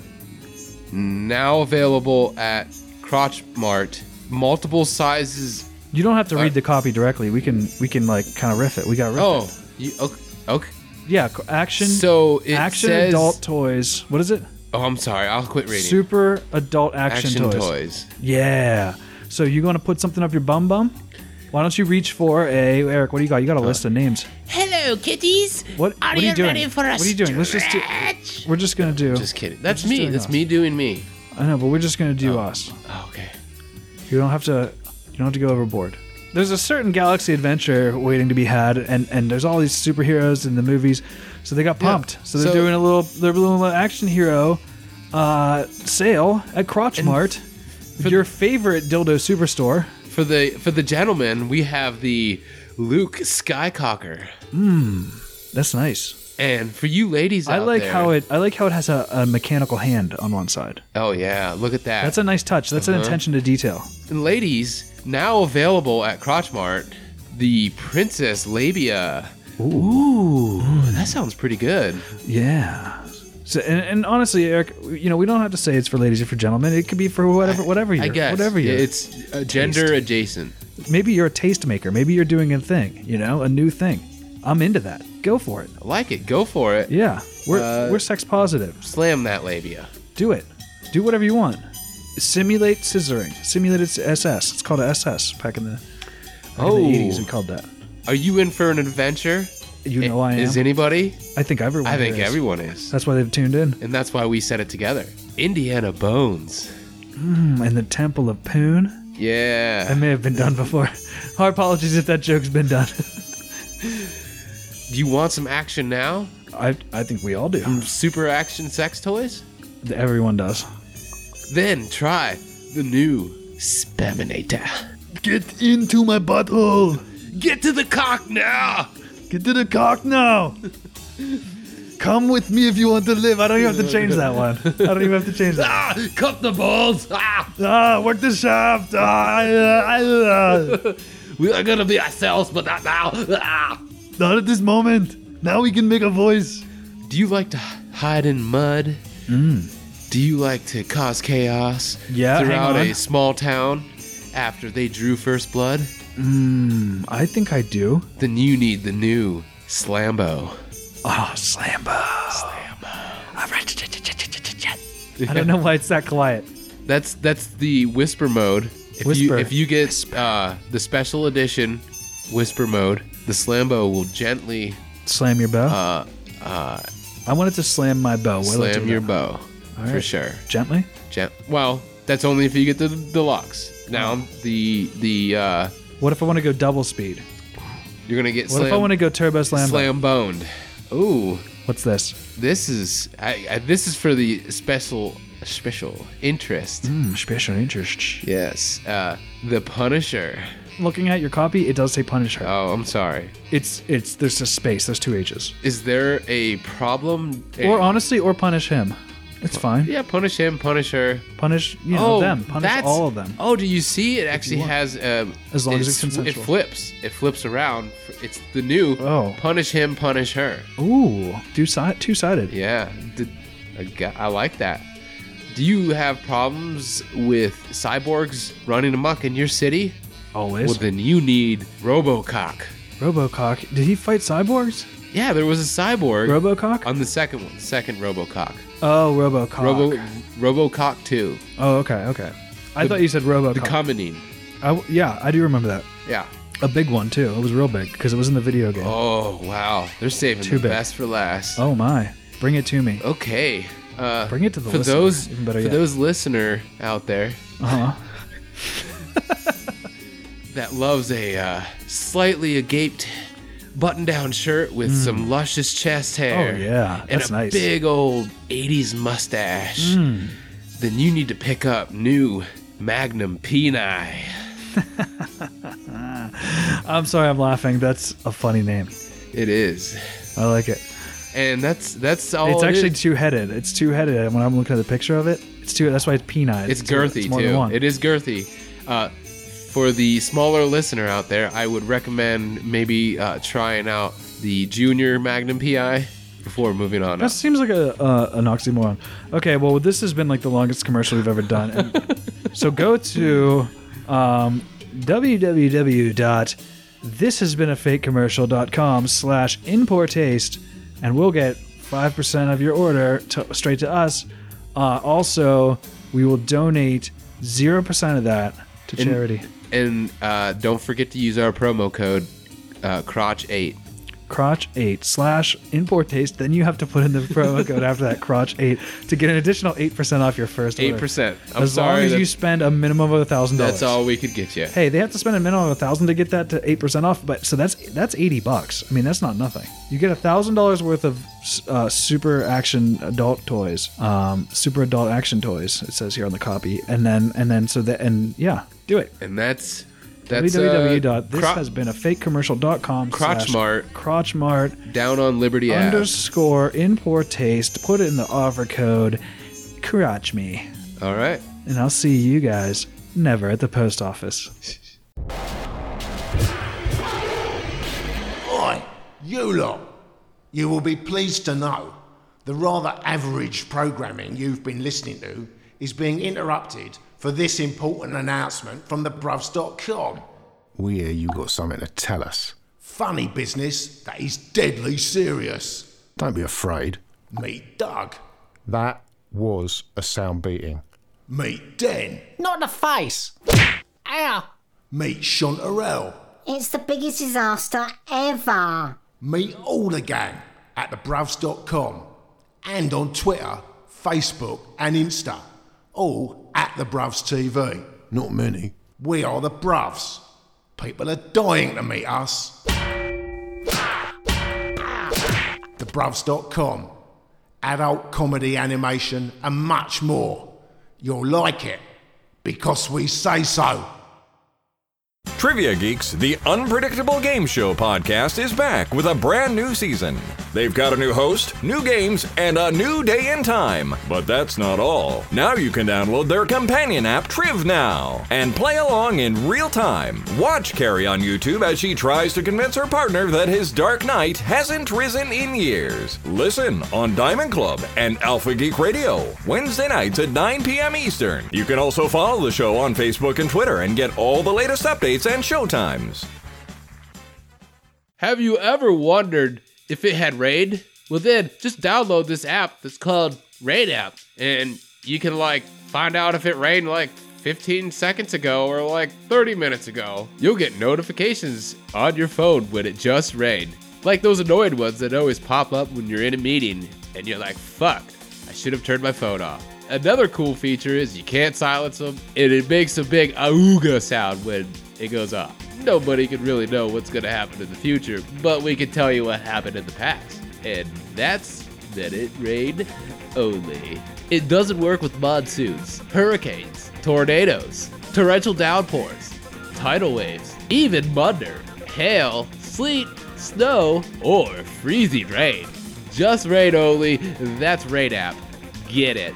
[SPEAKER 2] now available at Crotch Mart. Multiple sizes.
[SPEAKER 6] you don't have to read the copy directly. We can we can like kind of riff it. We got to riff
[SPEAKER 2] Oh,
[SPEAKER 6] it.
[SPEAKER 2] you, okay, okay.
[SPEAKER 6] Yeah, c- action
[SPEAKER 2] So it
[SPEAKER 6] action
[SPEAKER 2] says
[SPEAKER 6] adult toys. What is it?
[SPEAKER 2] Oh, I'm sorry. I'll quit reading.
[SPEAKER 5] Super adult action,
[SPEAKER 2] action toys.
[SPEAKER 5] toys. Yeah. So you going to put something up your bum bum? Why don't you reach for a Eric? What do you got? You got a list of names.
[SPEAKER 1] Hello, kitties.
[SPEAKER 5] What,
[SPEAKER 1] Are
[SPEAKER 5] what are you doing?
[SPEAKER 1] ready for a
[SPEAKER 5] what are you doing? Let's just do.
[SPEAKER 1] stretch?
[SPEAKER 5] We're just gonna do.
[SPEAKER 2] Just kidding. That's
[SPEAKER 5] just
[SPEAKER 2] me.
[SPEAKER 5] doing
[SPEAKER 2] That's
[SPEAKER 5] us.
[SPEAKER 2] me doing me.
[SPEAKER 5] I know, but we're just gonna do us.
[SPEAKER 2] Oh, okay.
[SPEAKER 5] You don't have to. You don't have to go overboard. There's a certain galaxy adventure waiting to be had, and and there's all these superheroes in the movies, so they got pumped. So they're
[SPEAKER 2] So-
[SPEAKER 5] doing a little. They're doing a little action hero uh, sale at Crotch Mart, your favorite dildo superstore.
[SPEAKER 2] For the for the gentleman, we have the Luke Skycocker,
[SPEAKER 5] That's nice.
[SPEAKER 2] and for you ladies,
[SPEAKER 5] I
[SPEAKER 2] out
[SPEAKER 5] like
[SPEAKER 2] there-
[SPEAKER 5] how it. I like how it has a, a mechanical hand on one side.
[SPEAKER 2] Oh yeah, look at that.
[SPEAKER 5] That's a nice touch. That's
[SPEAKER 2] Uh-huh.
[SPEAKER 5] an attention to detail.
[SPEAKER 2] And ladies, now available at Crotch Mart, the Princess Labia. Ooh. that sounds pretty good.
[SPEAKER 5] Yeah. So and, and honestly, Eric, you know we don't have to say it's for ladies or for gentlemen. It could be for whatever, whatever you,
[SPEAKER 2] I guess.
[SPEAKER 5] whatever you.
[SPEAKER 2] Yeah, it's uh, gender adjacent.
[SPEAKER 5] maybe you're a tastemaker. Maybe you're doing a thing. You know, a new thing. I'm into that. Go for it.
[SPEAKER 2] I like it. Go for it.
[SPEAKER 5] Yeah, we're
[SPEAKER 2] Uh,
[SPEAKER 5] we're sex positive.
[SPEAKER 2] Slam that labia.
[SPEAKER 5] Do it. Do whatever you want. Simulate scissoring. Simulated SS. It's called a SS back in the, back in
[SPEAKER 2] Oh.
[SPEAKER 5] the 80s. We called that.
[SPEAKER 2] Are you in for an adventure?
[SPEAKER 5] You know I am.
[SPEAKER 2] Is anybody?
[SPEAKER 5] I think everyone.
[SPEAKER 2] I think
[SPEAKER 5] is.
[SPEAKER 2] everyone is.
[SPEAKER 5] That's why they've tuned in.
[SPEAKER 2] And that's why we set it together. Indiana Bones.
[SPEAKER 5] Mm, And the Temple of Poon.
[SPEAKER 2] Yeah.
[SPEAKER 5] That may have been done before. Our apologies if that joke's been done.
[SPEAKER 2] Do you want some action now?
[SPEAKER 5] I, I think we all do.
[SPEAKER 2] Super action sex toys?
[SPEAKER 5] Everyone does.
[SPEAKER 2] Then try the new Spaminator.
[SPEAKER 5] Get into my butthole.
[SPEAKER 2] Get to the cock now!
[SPEAKER 5] Get to the cock now. Come with me if you want to live. I don't even have to change that one. I don't even have to change that.
[SPEAKER 2] Ah, cut the balls! Ah,
[SPEAKER 5] Ah, work the shaft. Ah, I, I, ah.
[SPEAKER 2] we are gonna be ourselves, but not now. Ah.
[SPEAKER 5] not at this moment. Now we can make a voice.
[SPEAKER 2] Do you like to hide in mud? Mm. Do you like to cause chaos
[SPEAKER 5] Yeah, hang
[SPEAKER 2] throughout
[SPEAKER 5] on.
[SPEAKER 2] a small town after they drew first blood?
[SPEAKER 5] I think I do.
[SPEAKER 2] Then you need the new Slambo.
[SPEAKER 5] Oh, Slambo. Slambo. I don't know why it's that quiet.
[SPEAKER 2] That's that's the whisper mode. If you
[SPEAKER 5] Whisper.
[SPEAKER 2] if you get uh, the special edition whisper mode, the Slambo will gently
[SPEAKER 5] Slam your bow.
[SPEAKER 2] uh, uh,
[SPEAKER 5] I wanted to slam my bow. Will it
[SPEAKER 2] slam
[SPEAKER 5] do
[SPEAKER 2] your
[SPEAKER 5] that?
[SPEAKER 2] bow
[SPEAKER 5] All
[SPEAKER 2] for
[SPEAKER 5] right.
[SPEAKER 2] sure.
[SPEAKER 5] Gently?
[SPEAKER 2] Gen- well, that's only if you get the deluxe. Now the the uh,
[SPEAKER 5] What if I want to go double speed?
[SPEAKER 2] you're gonna get
[SPEAKER 5] What
[SPEAKER 2] slam,
[SPEAKER 5] if I want to go turbo slam?
[SPEAKER 2] slam boned. Ooh,
[SPEAKER 5] What's this?
[SPEAKER 2] this is I, I, this is for the special special interest.
[SPEAKER 5] Mm, special interest.
[SPEAKER 2] Yes, uh, the Punisher.
[SPEAKER 5] Looking at your copy, it does say Punisher.
[SPEAKER 2] Oh, I'm sorry.
[SPEAKER 5] It's it's there's a space. There's two H's.
[SPEAKER 2] Is there a problem?
[SPEAKER 5] Or
[SPEAKER 2] Eh,
[SPEAKER 5] honestly, or punish him. It's fine.
[SPEAKER 2] yeah, punish him, punish her.
[SPEAKER 5] Punish you know them. Punish
[SPEAKER 2] Oh, that's-
[SPEAKER 5] all of them.
[SPEAKER 2] Oh, do you see? It actually
[SPEAKER 5] want.
[SPEAKER 2] has. Um,
[SPEAKER 5] As long as it's
[SPEAKER 2] it
[SPEAKER 5] consensual.
[SPEAKER 2] flips. It flips around. It's the new.
[SPEAKER 5] Oh.
[SPEAKER 2] Punish him, punish her.
[SPEAKER 5] Ooh, two side, two sided.
[SPEAKER 2] Yeah, d- I g- I like that. Do you have problems with cyborgs running amok in your city?
[SPEAKER 5] Always.
[SPEAKER 2] Well, then you need Robocock.
[SPEAKER 5] Robocock. Did he fight cyborgs?
[SPEAKER 2] Yeah, there was a cyborg
[SPEAKER 5] Robocock.
[SPEAKER 2] on the second one, second Robocock.
[SPEAKER 5] oh, Robocock.
[SPEAKER 2] Robo Robocock 2,
[SPEAKER 5] oh, okay, okay. I thought you said
[SPEAKER 2] The
[SPEAKER 5] Robocock.
[SPEAKER 2] Commoning.
[SPEAKER 5] I w yeah, I do remember that.
[SPEAKER 2] Yeah.
[SPEAKER 5] A big one too. It was real big because it was in the video game. Oh,
[SPEAKER 2] Oh, wow. They're saving
[SPEAKER 5] Too
[SPEAKER 2] the
[SPEAKER 5] bad.
[SPEAKER 2] best for last.
[SPEAKER 5] my! Bring it to me.
[SPEAKER 2] Okay. Uh,
[SPEAKER 5] Bring it to the
[SPEAKER 2] for
[SPEAKER 5] listener,
[SPEAKER 2] those
[SPEAKER 5] even better
[SPEAKER 2] for
[SPEAKER 5] yet.
[SPEAKER 2] those listener out there
[SPEAKER 5] Uh huh.
[SPEAKER 2] that loves a uh, slightly agaped button-down shirt with some luscious chest hair.
[SPEAKER 5] Mm. Oh, yeah.
[SPEAKER 2] and
[SPEAKER 5] That's
[SPEAKER 2] a
[SPEAKER 5] nice. Mm.
[SPEAKER 2] big old '80s mustache. Then you need to pick up new Magnum Peni.
[SPEAKER 5] I'm sorry, I'm laughing. That's a funny name.
[SPEAKER 2] It is,
[SPEAKER 5] I like it.
[SPEAKER 2] and that's that's all.
[SPEAKER 5] it's
[SPEAKER 2] Oh, it
[SPEAKER 5] actually
[SPEAKER 2] is.
[SPEAKER 5] two headed. It's two headed. And when I'm looking at the picture of it, it's two. That's why it's penized.
[SPEAKER 2] it's girthy
[SPEAKER 5] it's more than
[SPEAKER 2] too.
[SPEAKER 5] one.
[SPEAKER 2] It is girthy. Uh, for the smaller listener out there, I would recommend maybe uh, trying out the junior Magnum PI before moving on.
[SPEAKER 5] That seems like a uh, an oxymoron. Okay, well this has been like the longest commercial we've ever done. And so go to um, www.thishasbeenafakecommercial.com slash import taste and we'll get 5% of your order to, straight to us Uh, also, we will donate 0% of that to
[SPEAKER 2] And-
[SPEAKER 5] charity.
[SPEAKER 2] And uh, don't forget to use our promo code uh, crotch8.
[SPEAKER 5] crotch 8 slash import taste then you have to put in the promo code after that crotch 8 to get an additional 8% off your first order.
[SPEAKER 2] 8%. I'm
[SPEAKER 5] as
[SPEAKER 2] sorry.
[SPEAKER 5] long as
[SPEAKER 2] that-
[SPEAKER 5] you spend a minimum of a thousand dollars
[SPEAKER 2] that's all we could get you.
[SPEAKER 5] hey they have to spend a minimum of a thousand to get that to 8% off but so that's that's 80 bucks i mean that's not nothing you get a thousand dollars worth of uh, super action adult toys um, super adult action toys it says here on the copy and then and then so that and yeah do it
[SPEAKER 2] And that's. that's uh, cro-
[SPEAKER 5] www.thishasbeenafakecommercial.com slash
[SPEAKER 2] Crotchmart.
[SPEAKER 5] crotchmart
[SPEAKER 2] down on Liberty Ave.
[SPEAKER 5] underscore in poor taste. Put it in the offer code, crotch me,
[SPEAKER 2] All right.
[SPEAKER 5] and I'll see you guys never at the post office.
[SPEAKER 7] Oi, you lot. You will be pleased to know the rather average programming you've been listening to is being interrupted for this important announcement from the bruvs.com.
[SPEAKER 8] We hear you got something to tell us.
[SPEAKER 7] Funny business that is deadly serious.
[SPEAKER 8] Don't be afraid.
[SPEAKER 7] Meet Doug.
[SPEAKER 8] That was a sound beating.
[SPEAKER 7] Meet Den.
[SPEAKER 9] Not the face. Ow!
[SPEAKER 7] Meet Chantarelle.
[SPEAKER 9] It's the biggest disaster ever.
[SPEAKER 7] Meet all the gang at thebruvs.com and on Twitter, Facebook, and Insta. All at the Bruvs TV.
[SPEAKER 8] Not many.
[SPEAKER 7] We are the Bruvs. People are dying to meet us. TheBruvs.com. Adult comedy, animation, and much more. You'll like it because we say so.
[SPEAKER 10] Trivia Geeks, the Unpredictable Game Show podcast, is back with a brand new season. They've got a new host, new games, and a new day and time. But that's not all. Now you can download their companion app, Triv Now, and play along in real time. Watch Carrie on YouTube as she tries to convince her partner that his Dark Knight hasn't risen in years. Listen on Diamond Club and Alpha Geek Radio, Wednesday nights at 9 p.m. Eastern. You can also follow the show on Facebook and Twitter and get all the latest updates and showtimes.
[SPEAKER 2] Have you ever wondered if it had raid? Well, then just download this app that's called Raid App, and you can like find out if it rained like 15 seconds ago or like 30 minutes ago. You'll get notifications on your phone when it just rained, like those annoying ones that always pop up when you're in a meeting and you're like, fuck, I should have turned my phone off. Another cool feature is you can't silence them, and it makes a big auga sound when it goes off. Nobody can really know what's going to happen in the future, but we can tell you what happened in the past. And that's that it rained only. It doesn't work with monsoons, hurricanes, tornadoes, torrential downpours, tidal waves, even thunder, hail, sleet, snow, or freezing rain. Just rain only. That's Raid app. Get it.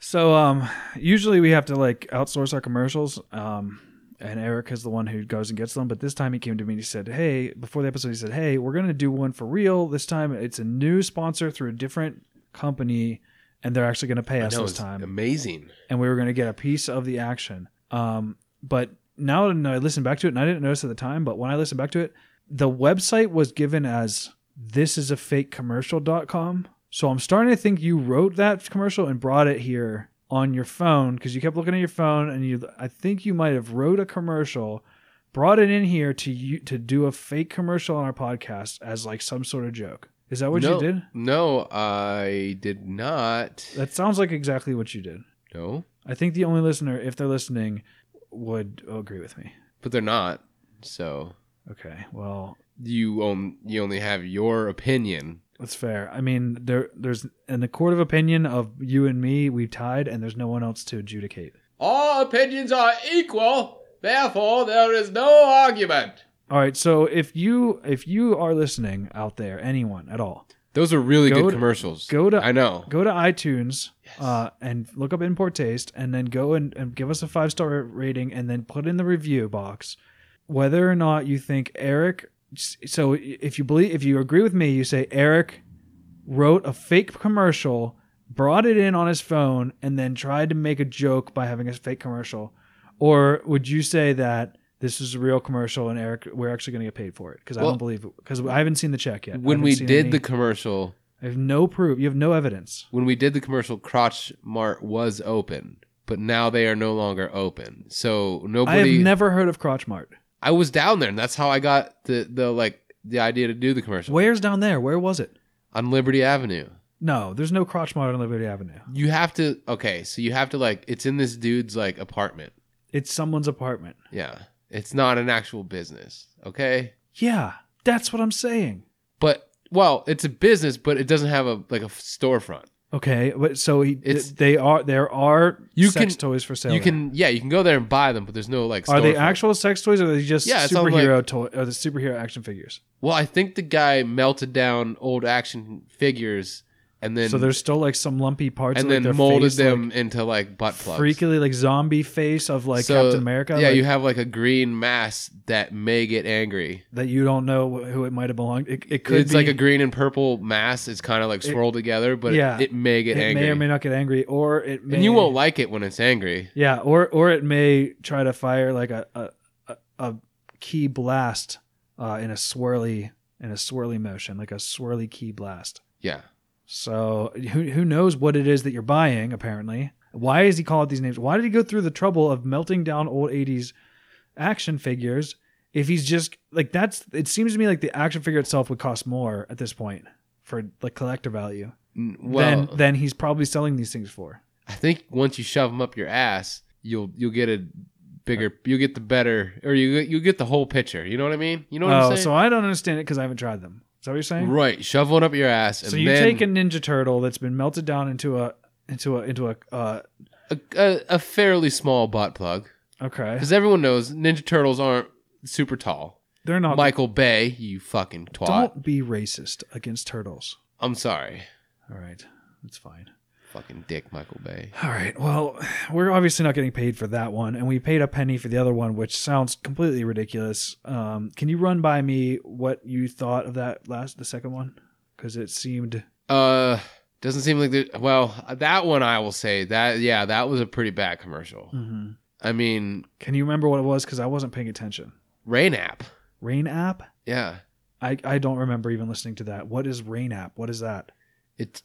[SPEAKER 5] So um usually we have to like outsource our commercials. Um and Eric is the one who goes and gets them, but this time he came to me and he said, "Hey, before the episode he said, "Hey, we're going to do one for real. This time it's a new sponsor through a different company and they're actually going to pay us this time."
[SPEAKER 2] amazing.
[SPEAKER 5] and we were going to get a piece of the action. Um, but now that I listen back to it, and I didn't notice at the time, but when I listened back to it, the website was given as this is a fake commercial.com. So I'm starting to think you wrote that commercial and brought it here on your phone because you kept looking at your phone and you I think you might have wrote a commercial, brought it in here to you to do a fake commercial on our podcast as like some sort of joke. Is that what
[SPEAKER 2] no,
[SPEAKER 5] you did?
[SPEAKER 2] No, I did not.
[SPEAKER 5] That sounds like exactly what you did.
[SPEAKER 2] No,
[SPEAKER 5] I think the only listener, if they're listening, would agree with me.
[SPEAKER 2] but they're not. So
[SPEAKER 5] Okay, well,
[SPEAKER 2] you on, you only have your opinion.
[SPEAKER 5] that's fair. I mean, there, there's in the court of opinion of you and me, we've tied, and there's no one else to adjudicate.
[SPEAKER 2] All opinions are equal. Therefore, there is no argument.
[SPEAKER 5] All right, so if you if you are listening out there, anyone at all,
[SPEAKER 2] Those are really
[SPEAKER 5] Go
[SPEAKER 2] good
[SPEAKER 5] to-
[SPEAKER 2] commercials.
[SPEAKER 5] go to-
[SPEAKER 2] I know.
[SPEAKER 5] go to iTunes uh, and look up Import Taste, and then go and, and give us a five star rating, and then put in the review box whether or not you think Eric. So if you believe, if you agree with me, you say Eric wrote a fake commercial, brought it in on his phone, and then tried to make a joke by having a fake commercial, or would you say that? This is a real commercial, and Eric, we're actually going to get paid for it because I
[SPEAKER 2] Well-
[SPEAKER 5] don't believe because I haven't seen the check yet. I
[SPEAKER 2] when
[SPEAKER 5] haven't
[SPEAKER 2] we
[SPEAKER 5] seen
[SPEAKER 2] did
[SPEAKER 5] any-
[SPEAKER 2] the commercial,
[SPEAKER 5] I have no proof. You have no evidence.
[SPEAKER 2] When we did the commercial, Crotch Mart was open, but now they are no longer open. So nobody.
[SPEAKER 5] I have never heard of Crotch Mart.
[SPEAKER 2] I was down there, and that's how I got the the like the idea to do the commercial
[SPEAKER 5] Where's down there? Where was it?
[SPEAKER 2] on Liberty Avenue.
[SPEAKER 5] No, there's no Crotch Mart on Liberty Avenue.
[SPEAKER 2] You have to okay, so you have to like it's in this dude's like apartment.
[SPEAKER 5] It's someone's apartment.
[SPEAKER 2] Yeah, it's not an actual business. Okay,
[SPEAKER 5] Yeah, that's what I'm saying.
[SPEAKER 2] but well, it's a business, but it doesn't have a like a storefront.
[SPEAKER 5] Okay, but so he,
[SPEAKER 2] It's-
[SPEAKER 5] they are there are
[SPEAKER 2] You
[SPEAKER 5] sex
[SPEAKER 2] can-
[SPEAKER 5] toys for sale.
[SPEAKER 2] you
[SPEAKER 5] there.
[SPEAKER 2] can yeah, you can go there and buy them, but there's no like.
[SPEAKER 5] are they
[SPEAKER 2] storefront.
[SPEAKER 5] actual sex toys or are they just
[SPEAKER 2] Yeah, it's all
[SPEAKER 5] superhero toy or the superhero action figures?
[SPEAKER 2] Well, I think the guy melted down old action figures and then
[SPEAKER 5] so there's still like some lumpy parts
[SPEAKER 2] and
[SPEAKER 5] of, like,
[SPEAKER 2] then
[SPEAKER 5] their
[SPEAKER 2] molded
[SPEAKER 5] face,
[SPEAKER 2] them into like butt
[SPEAKER 5] like,
[SPEAKER 2] plugs.
[SPEAKER 5] freakily like zombie face of like
[SPEAKER 2] So,
[SPEAKER 5] Captain America.
[SPEAKER 2] Yeah,
[SPEAKER 5] like,
[SPEAKER 2] you have like a green mass that may get angry.
[SPEAKER 5] that you don't know who it might have belonged. It, it could
[SPEAKER 2] It's
[SPEAKER 5] be,
[SPEAKER 2] like a green and purple mass. It's kind of like swirled together, but
[SPEAKER 5] yeah.
[SPEAKER 2] it, may get
[SPEAKER 5] it
[SPEAKER 2] angry.
[SPEAKER 5] may or may not get angry, or it may
[SPEAKER 2] and you won't like it when it's angry.
[SPEAKER 5] Yeah, or or it may try to fire like a a, a- a key blast uh, in a swirly in a swirly motion, like a swirly key blast.
[SPEAKER 2] Yeah.
[SPEAKER 5] So who who knows what it is that you're buying? Apparently, why is he call it these names? Why did he go through the trouble of melting down old '80s action figures? If he's just like that's, it seems to me like the action figure itself would cost more at this point for like collector value
[SPEAKER 2] N- Well,
[SPEAKER 5] than than he's probably selling these things for.
[SPEAKER 2] I think once you shove them up your ass, you'll you'll get a bigger,
[SPEAKER 5] Uh.
[SPEAKER 2] you'll get the better, or you you get the whole picture. You know what I mean? You know what
[SPEAKER 5] Oh,
[SPEAKER 2] I'm saying?
[SPEAKER 5] so I don't understand it because I haven't tried them. Is that what you're saying?
[SPEAKER 2] right, shove one up your ass, and
[SPEAKER 5] So you
[SPEAKER 2] then
[SPEAKER 5] take a Ninja Turtle that's been melted down into a into a into a uh,
[SPEAKER 2] a, a, a fairly small butt plug,
[SPEAKER 5] okay.
[SPEAKER 2] because everyone knows Ninja Turtles aren't super tall.
[SPEAKER 5] They're not.
[SPEAKER 2] Michael Bay, you fucking twat.
[SPEAKER 5] don't be racist against turtles.
[SPEAKER 2] I'm sorry,
[SPEAKER 5] All right, that's fine.
[SPEAKER 2] fucking dick, Michael Bay.
[SPEAKER 5] All right. Well, we're obviously not getting paid for that one, and we paid a penny for the other one, which sounds completely ridiculous. Um, can you run by me what you thought of that last the second one? Because it seemed
[SPEAKER 2] Uh, doesn't seem like there. Well, that one I will say that yeah, that was a pretty bad commercial.
[SPEAKER 5] Mm-hmm.
[SPEAKER 2] I mean,
[SPEAKER 5] Can you remember what it was? Because I wasn't paying attention.
[SPEAKER 2] Rain app.
[SPEAKER 5] Rain app.
[SPEAKER 2] Yeah,
[SPEAKER 5] I, I don't remember even listening to that. What is Rain app? What is that?
[SPEAKER 2] it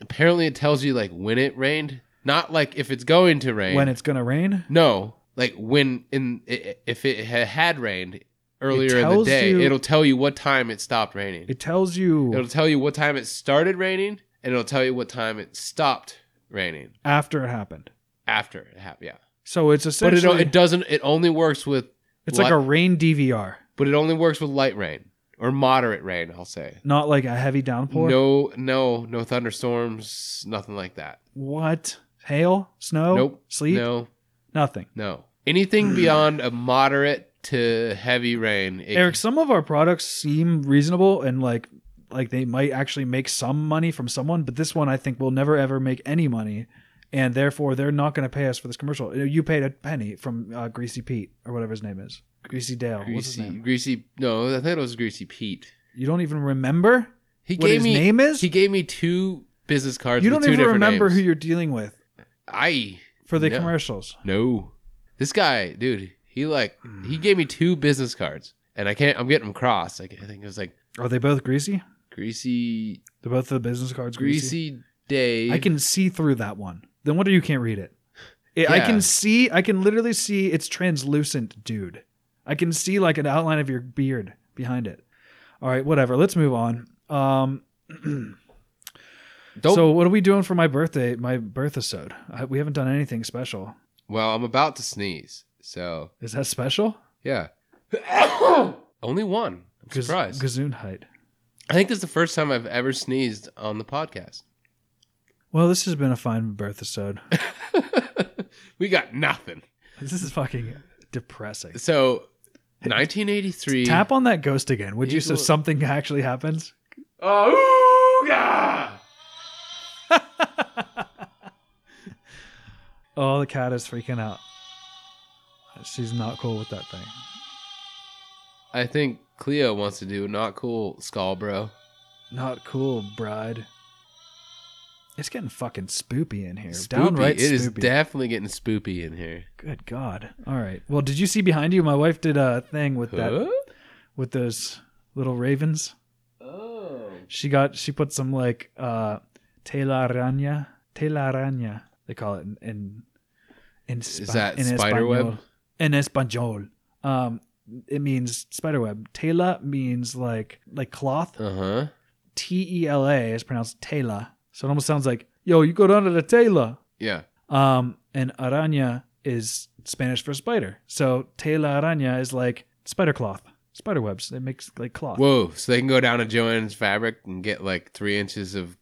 [SPEAKER 2] apparently it tells you like when it rained, not like if it's going to rain.
[SPEAKER 5] When it's gonna rain?
[SPEAKER 2] no, like when in i- i- if it ha- had rained earlier in the
[SPEAKER 5] tells
[SPEAKER 2] day,
[SPEAKER 5] you-
[SPEAKER 2] it'll tell you what time it stopped raining.
[SPEAKER 5] It tells you
[SPEAKER 2] it'll tell you what time it started raining, and it'll tell you what time it stopped raining
[SPEAKER 5] after it happened.
[SPEAKER 2] after it happened. Yeah,
[SPEAKER 5] So it's
[SPEAKER 2] but it
[SPEAKER 5] essentially
[SPEAKER 2] o- it doesn't. It only works with
[SPEAKER 5] it's like
[SPEAKER 2] li-
[SPEAKER 5] a rain DVR,
[SPEAKER 2] but it only works with light rain or moderate rain. I'll say
[SPEAKER 5] not like a heavy downpour.
[SPEAKER 2] no, no, no thunderstorms, nothing like that.
[SPEAKER 5] What? Hail? Snow?
[SPEAKER 2] nope,
[SPEAKER 5] Sleet?
[SPEAKER 2] no,
[SPEAKER 5] Nothing.
[SPEAKER 2] no, anything beyond a moderate to heavy rain. it-
[SPEAKER 5] Eric, some of our products seem reasonable and like like they might actually make some money from someone, but this one I think will never ever make any money, and therefore they're not going to pay us for this commercial. You know, You paid a penny from uh, Greasy Pete or whatever his name is, Greasy Dale. What's his
[SPEAKER 2] greasy,
[SPEAKER 5] name?
[SPEAKER 2] greasy. No, I think it was Greasy Pete.
[SPEAKER 5] You don't even remember.
[SPEAKER 2] He
[SPEAKER 5] What
[SPEAKER 2] gave
[SPEAKER 5] his
[SPEAKER 2] me
[SPEAKER 5] name is?
[SPEAKER 2] He gave me two business cards.
[SPEAKER 5] You
[SPEAKER 2] with
[SPEAKER 5] don't
[SPEAKER 2] two
[SPEAKER 5] even
[SPEAKER 2] different
[SPEAKER 5] remember
[SPEAKER 2] names.
[SPEAKER 5] who you're dealing with
[SPEAKER 2] I
[SPEAKER 5] for the
[SPEAKER 2] No.
[SPEAKER 5] commercials.
[SPEAKER 2] no. This guy, dude, he like he gave me two business cards, and I can't. I'm getting them crossed. Like I think it was like
[SPEAKER 5] Are they both greasy?
[SPEAKER 2] greasy
[SPEAKER 5] They're both the business cards greasy.
[SPEAKER 2] Greasy Dave.
[SPEAKER 5] I can see through that one. Then what do you can't read it? I- I
[SPEAKER 2] Yeah.
[SPEAKER 5] can see. I can literally see. It's translucent, dude. I can see like an outline of your beard behind it. All right, whatever. Let's move on. Um,
[SPEAKER 2] Don't-
[SPEAKER 5] so what are we doing for my birthday? My birth episode. I, we haven't done anything special.
[SPEAKER 2] Well, I'm about to sneeze, so
[SPEAKER 5] Is that special?
[SPEAKER 2] yeah. Only one. I'm surprised.
[SPEAKER 5] Gesundheit.
[SPEAKER 2] I think this is the first time I've ever sneezed on the podcast.
[SPEAKER 5] Well, this has been a fine birth episode.
[SPEAKER 2] we got nothing.
[SPEAKER 5] this is fucking depressing.
[SPEAKER 2] So, 1983.
[SPEAKER 5] Tap on that ghost again, would you? So
[SPEAKER 2] Eagle-
[SPEAKER 5] something actually happens.
[SPEAKER 2] Oh, ooga!
[SPEAKER 5] Oh, the cat is freaking out. She's not cool with that thing.
[SPEAKER 2] I think Cleo wants to do not cool skull, bro.
[SPEAKER 5] Not cool, bride. It's getting fucking spoopy in here.
[SPEAKER 2] Spoopy.
[SPEAKER 5] Downright
[SPEAKER 2] It
[SPEAKER 5] spoopy.
[SPEAKER 2] is definitely getting spoopy in here.
[SPEAKER 5] Good God. All right. Well, did you see behind you? My wife did a thing with that
[SPEAKER 2] Huh?
[SPEAKER 5] with those little ravens. Oh. She got she put some like uh telaraña, telaraña they call it in in, in Spa-
[SPEAKER 2] that
[SPEAKER 5] in
[SPEAKER 2] spider web?
[SPEAKER 5] Espanol. In Espanol, um, it means spider web. Tela means like like cloth.
[SPEAKER 2] Uh huh.
[SPEAKER 5] T E L A is pronounced tela, so it almost sounds like yo, you go down to the tela.
[SPEAKER 2] Yeah.
[SPEAKER 5] Um, and araña is Spanish for spider. So tela araña is like spider cloth, spider webs. It makes like cloth.
[SPEAKER 2] Whoa. So they can go down to Joanne's fabric and get like three inches of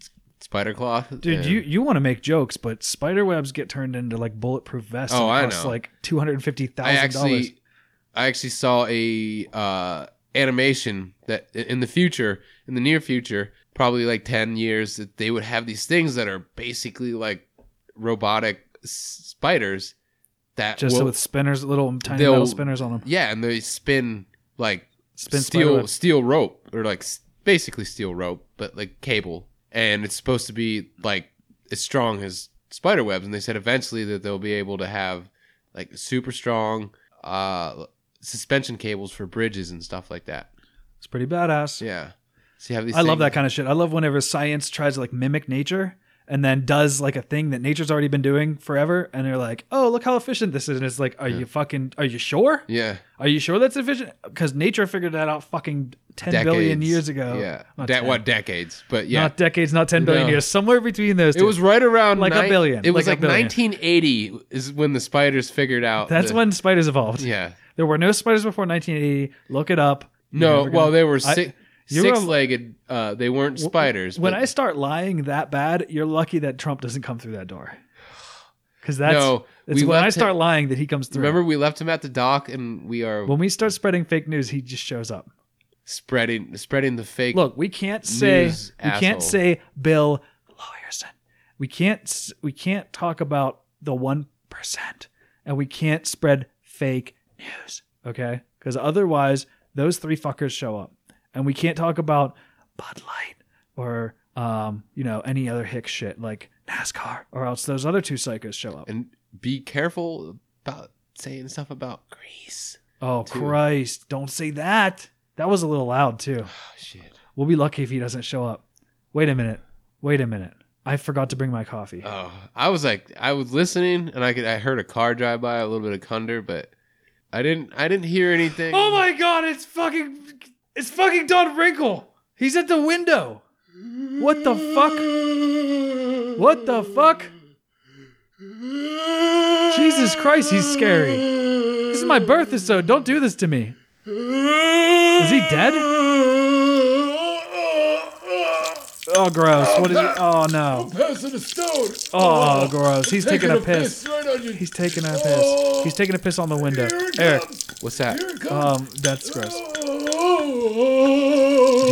[SPEAKER 2] s- spider cloth.
[SPEAKER 5] Dude,
[SPEAKER 2] and-
[SPEAKER 5] you, you want to make jokes, but spider webs get turned into like bulletproof vests.
[SPEAKER 2] Oh,
[SPEAKER 5] and
[SPEAKER 2] I
[SPEAKER 5] cost,
[SPEAKER 2] know.
[SPEAKER 5] Like two hundred fifty
[SPEAKER 2] I
[SPEAKER 5] thousand dollars.
[SPEAKER 2] actually, I actually saw a uh, animation that i- in the future, in the near future, probably like ten years, that they would have these things that are basically like robotic s- spiders that
[SPEAKER 5] Just
[SPEAKER 2] will-
[SPEAKER 5] with spinners, little tiny
[SPEAKER 2] they'll-
[SPEAKER 5] metal spinners on them.
[SPEAKER 2] Yeah, and they spin like
[SPEAKER 5] Spin spider
[SPEAKER 2] steel
[SPEAKER 5] web.
[SPEAKER 2] steel rope or like s- basically steel rope, but like cable, and it's supposed to be like as strong as spider webs. And they said eventually that they'll be able to have like super strong uh, suspension cables for bridges and stuff like that.
[SPEAKER 5] It's pretty badass.
[SPEAKER 2] Yeah, so you have these.
[SPEAKER 5] I love
[SPEAKER 2] things-
[SPEAKER 5] that kind of shit. I love whenever science tries to like mimic nature and then does like a thing that nature's already been doing forever, and they're like, "Oh, look how efficient this is." And it's like, "Are you fucking? Are you sure?
[SPEAKER 2] Yeah,
[SPEAKER 5] Are you sure that's efficient? Because nature figured that out fucking ten billion
[SPEAKER 2] Decades.
[SPEAKER 5] years ago.
[SPEAKER 2] Yeah,
[SPEAKER 5] Not
[SPEAKER 2] that
[SPEAKER 5] 10.
[SPEAKER 2] what decades? But yeah,
[SPEAKER 5] Not decades, not ten billion
[SPEAKER 2] No.
[SPEAKER 5] years. Somewhere between those.
[SPEAKER 2] it
[SPEAKER 5] two.
[SPEAKER 2] was right around
[SPEAKER 5] Like a
[SPEAKER 2] ni-
[SPEAKER 5] billion,
[SPEAKER 2] It was
[SPEAKER 5] like
[SPEAKER 2] like,
[SPEAKER 5] a billion.
[SPEAKER 2] 1980 is when the spiders figured out.
[SPEAKER 5] That's
[SPEAKER 2] the-
[SPEAKER 5] when spiders evolved.
[SPEAKER 2] Yeah.
[SPEAKER 5] There were no spiders before 1980. Look it up. You're
[SPEAKER 2] No,
[SPEAKER 5] never
[SPEAKER 2] well,
[SPEAKER 5] gonna-
[SPEAKER 2] they were
[SPEAKER 5] I-
[SPEAKER 2] si-
[SPEAKER 5] you were-
[SPEAKER 2] six-legged. Uh, they weren't spiders.
[SPEAKER 5] When
[SPEAKER 2] but-
[SPEAKER 5] I start lying that bad, you're lucky that Trump doesn't come through that door. Because that's
[SPEAKER 2] No,
[SPEAKER 5] it's
[SPEAKER 2] we
[SPEAKER 5] when I
[SPEAKER 2] left
[SPEAKER 5] start
[SPEAKER 2] him-
[SPEAKER 5] lying that he comes through.
[SPEAKER 2] remember, we left him at the dock, and we are
[SPEAKER 5] when we start spreading fake news, he just shows up.
[SPEAKER 2] spreading spreading the fake.
[SPEAKER 5] Look, we can't say
[SPEAKER 2] News
[SPEAKER 5] we can't
[SPEAKER 2] asshole.
[SPEAKER 5] say Bill Lawyerson. We can't s- we can't talk about the one percent, and we can't spread fake news. Okay, because otherwise those three fuckers show up, and we can't talk about Bud Light or um you know any other hick shit like NASCAR, or else those other two psychos show up.
[SPEAKER 2] and be careful about saying stuff about Greece.
[SPEAKER 5] Oh Christ! Don't say that. That was a little loud too.
[SPEAKER 2] Oh, shit.
[SPEAKER 5] We'll be lucky if he doesn't show up. Wait a minute. Wait a minute. I forgot to bring my coffee.
[SPEAKER 2] Oh, I was like, I was listening, and I could I heard a car drive by, a little bit of thunder, but I didn't I didn't hear anything.
[SPEAKER 5] Oh my god, it's fucking it's fucking Don Wrinkle. He's at the window. What the fuck? What the fuck? Jesus Christ, he's scary. This is my birth episode. Don't do this to me. Is he dead? Oh gross. What is he? Oh no.
[SPEAKER 6] Passing a stone.
[SPEAKER 5] Oh gross. He's taking a piss.
[SPEAKER 6] right on you.
[SPEAKER 5] He's taking a piss. He's taking a piss on the window. Eric,
[SPEAKER 2] What's that?
[SPEAKER 5] um, that's gross. Do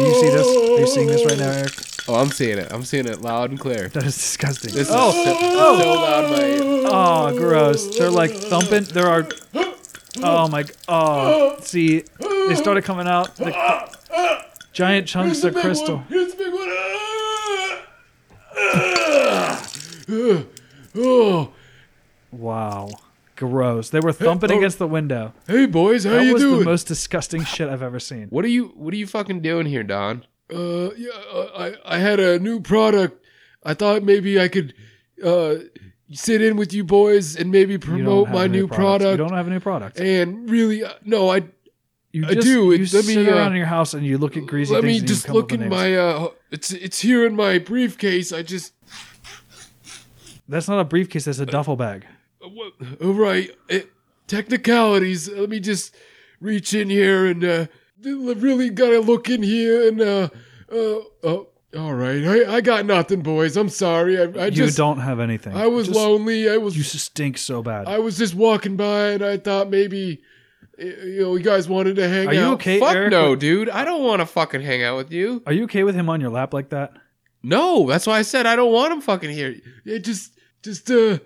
[SPEAKER 5] you see this? Are you seeing this right now, Eric?
[SPEAKER 2] Oh, I'm seeing it. I'm seeing it loud and clear.
[SPEAKER 5] That is disgusting.
[SPEAKER 2] This
[SPEAKER 5] oh,
[SPEAKER 2] is so, so loud. in My ear.
[SPEAKER 5] oh, gross. They're like thumping. There are. Oh my. Oh, see, they started coming out. The giant chunks of crystal.
[SPEAKER 6] Here's the big one. Ah! Ah!
[SPEAKER 5] Wow, gross. They were thumping against the window.
[SPEAKER 2] Hey boys, how
[SPEAKER 5] That
[SPEAKER 2] you
[SPEAKER 5] was
[SPEAKER 2] doing?
[SPEAKER 5] the most disgusting shit I've ever seen.
[SPEAKER 2] what are you What are you fucking doing here, Don?
[SPEAKER 6] Uh, yeah, I, I- I had a new product. I thought maybe I could uh, sit in with you boys and maybe
[SPEAKER 5] You don't
[SPEAKER 6] promote
[SPEAKER 5] have
[SPEAKER 6] my new
[SPEAKER 5] products.
[SPEAKER 6] product.
[SPEAKER 5] You don't have a new product.
[SPEAKER 6] and really, uh, no, I
[SPEAKER 5] You
[SPEAKER 6] I
[SPEAKER 5] just,
[SPEAKER 6] do.
[SPEAKER 5] You
[SPEAKER 6] It- let me,
[SPEAKER 5] sit around
[SPEAKER 6] uh,
[SPEAKER 5] in your house and you look at greasy
[SPEAKER 6] let
[SPEAKER 5] things.
[SPEAKER 6] me
[SPEAKER 5] and you
[SPEAKER 6] just
[SPEAKER 5] come up
[SPEAKER 6] look
[SPEAKER 5] with
[SPEAKER 6] in
[SPEAKER 5] names.
[SPEAKER 6] my uh, it's it's here in my briefcase. I just
[SPEAKER 5] That's not a briefcase. That's a duffel bag.
[SPEAKER 6] Well, all right. It, eh, technicalities. Let me just reach in here and uh, l- really gotta look in here and uh, uh, uh all right. I, I got nothing, boys. I'm sorry. I, I
[SPEAKER 5] You
[SPEAKER 6] just
[SPEAKER 5] don't have anything.
[SPEAKER 6] I was
[SPEAKER 5] Just-
[SPEAKER 6] lonely. I was
[SPEAKER 5] You stink so bad.
[SPEAKER 6] I was just walking by and I thought maybe uh, you know you guys wanted to hang
[SPEAKER 5] Are
[SPEAKER 6] out.
[SPEAKER 5] you okay,
[SPEAKER 2] Fuck
[SPEAKER 5] Eric?
[SPEAKER 2] no, dude. I don't want to fucking hang out with you.
[SPEAKER 5] Are you okay with him on your lap like that?
[SPEAKER 2] No, that's why I said I don't want him fucking here.
[SPEAKER 6] Yeah, just just uh,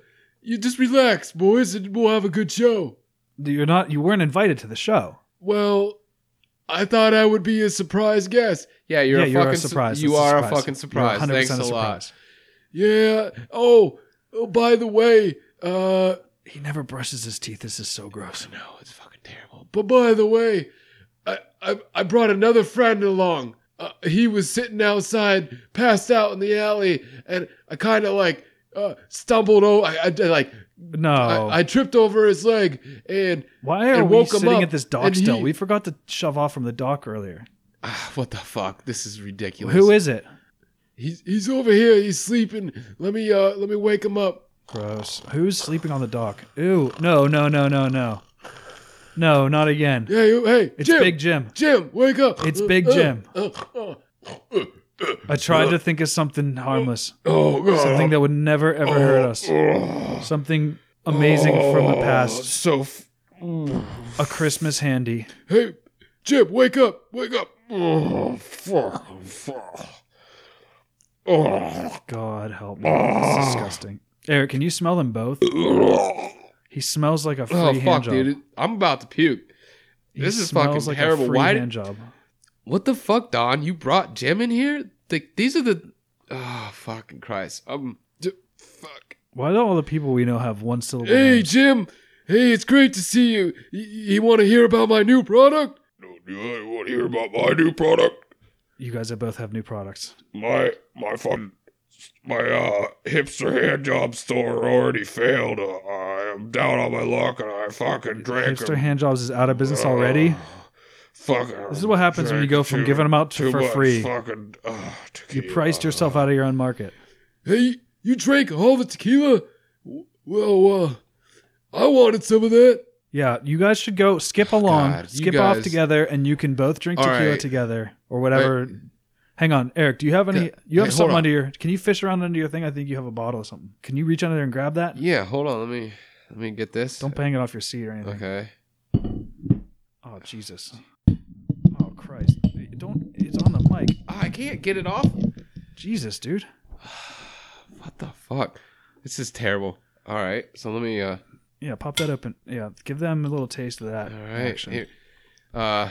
[SPEAKER 6] you just relax, boys, and we'll have a good show.
[SPEAKER 5] You're not. You weren't invited to the show.
[SPEAKER 6] Well, I thought I would be a surprise guest.
[SPEAKER 2] Yeah, you're
[SPEAKER 5] yeah,
[SPEAKER 2] a
[SPEAKER 5] you're
[SPEAKER 2] fucking
[SPEAKER 5] a surprise.
[SPEAKER 2] su- you
[SPEAKER 5] It's
[SPEAKER 2] are a
[SPEAKER 5] surprise.
[SPEAKER 2] fucking
[SPEAKER 5] You're
[SPEAKER 2] surprise.
[SPEAKER 5] 100%
[SPEAKER 2] Thanks a, lot.
[SPEAKER 5] surprise.
[SPEAKER 6] Yeah. Oh, oh by the way, uh,
[SPEAKER 5] He never brushes his teeth. This is so gross. No.
[SPEAKER 2] Oh, it's fucking terrible.
[SPEAKER 6] but by the way, I, I I brought another friend along. uh, he was sitting outside, passed out in the alley, and I kind of like uh, stumbled over. I, I did, like
[SPEAKER 5] no,
[SPEAKER 6] I, I tripped over his leg and
[SPEAKER 5] Why are
[SPEAKER 6] and
[SPEAKER 5] we
[SPEAKER 6] woke him
[SPEAKER 5] sitting
[SPEAKER 6] up,
[SPEAKER 5] at this dock
[SPEAKER 6] and
[SPEAKER 5] still?
[SPEAKER 6] he-
[SPEAKER 5] We forgot to shove off from the dock earlier.
[SPEAKER 6] ah,
[SPEAKER 2] What the fuck? This is ridiculous.
[SPEAKER 5] Who is it?
[SPEAKER 6] He's he's over here. He's sleeping. Let me uh let me wake him up.
[SPEAKER 5] Gross. Who's sleeping on the dock? Ooh, no, no, no, no, no, no, not again.
[SPEAKER 6] Hey, you- hey,
[SPEAKER 5] It's
[SPEAKER 6] Jim,
[SPEAKER 5] Big Jim.
[SPEAKER 6] Jim, wake up.
[SPEAKER 5] It's Big
[SPEAKER 6] Uh,
[SPEAKER 5] Jim.
[SPEAKER 6] uh, uh,
[SPEAKER 5] I tried to think of something harmless.
[SPEAKER 6] Oh, God.
[SPEAKER 5] Something that would never ever hurt us. Something amazing from the past.
[SPEAKER 6] So f-
[SPEAKER 5] a Christmas handy.
[SPEAKER 6] Hey, Jim, wake up. Wake up. Oh, fuck. fuck. Oh,
[SPEAKER 5] God help me. This is disgusting. Eric, can you smell them both?
[SPEAKER 6] oh,
[SPEAKER 5] He smells like a free
[SPEAKER 2] Oh
[SPEAKER 5] hand
[SPEAKER 2] fuck,
[SPEAKER 5] job.
[SPEAKER 2] dude! I'm about to puke.
[SPEAKER 5] He
[SPEAKER 2] this is
[SPEAKER 5] smells
[SPEAKER 2] fucking
[SPEAKER 5] like
[SPEAKER 2] terrible.
[SPEAKER 5] A free
[SPEAKER 2] Why?
[SPEAKER 5] hand
[SPEAKER 2] Did,
[SPEAKER 5] job.
[SPEAKER 2] what the fuck, Don? You brought Jim in here? Like these are the. Oh fucking Christ! Um, d- fuck.
[SPEAKER 5] Why do all the people we know have one syllable?
[SPEAKER 6] Hey,
[SPEAKER 11] Uh-huh.
[SPEAKER 5] names?
[SPEAKER 6] Jim. Hey, it's great to see you. You, you want to hear about my new product?
[SPEAKER 11] I want to hear about my new product.
[SPEAKER 5] You guys both have new products.
[SPEAKER 11] My my fun my uh hipster hand job store already failed. Uh, I am down on my luck and I fucking drank hipster
[SPEAKER 5] Hipster handjobs is out of business already.
[SPEAKER 2] Oh,
[SPEAKER 11] fucking
[SPEAKER 5] This is what happens when you go from
[SPEAKER 11] too-
[SPEAKER 5] giving them out
[SPEAKER 11] too
[SPEAKER 5] for
[SPEAKER 11] much
[SPEAKER 5] free.
[SPEAKER 11] Fucking uh,
[SPEAKER 5] You priced yourself out of your own market.
[SPEAKER 6] Hey, you drank all the tequila? W- Well, uh, I wanted some of that.
[SPEAKER 5] Yeah, you guys should go skip along,
[SPEAKER 2] God, you
[SPEAKER 5] skip off
[SPEAKER 2] guys-
[SPEAKER 5] together, and you can both drink
[SPEAKER 2] All
[SPEAKER 5] tequila
[SPEAKER 2] right.
[SPEAKER 5] together or whatever. Hang on, Eric. Do you have
[SPEAKER 2] Yeah.
[SPEAKER 5] any? You have
[SPEAKER 2] Hey, hold
[SPEAKER 5] something
[SPEAKER 2] on.
[SPEAKER 5] under your? Can you fish around under your thing? I think you have a bottle or something. Can you reach under there and grab that?
[SPEAKER 2] Yeah, hold on. Let me let me get this.
[SPEAKER 5] Don't bang it off your seat or anything.
[SPEAKER 2] Okay.
[SPEAKER 5] Oh Jesus! Oh Christ! Don't. It's on the mic.
[SPEAKER 2] Ah, I can't get it off.
[SPEAKER 5] Jesus, dude.
[SPEAKER 2] What the fuck? This is terrible. All right, so let me. uh
[SPEAKER 5] Yeah, pop that open. Yeah, give them a little taste of that.
[SPEAKER 2] All right.
[SPEAKER 5] action.
[SPEAKER 2] Here. Uh.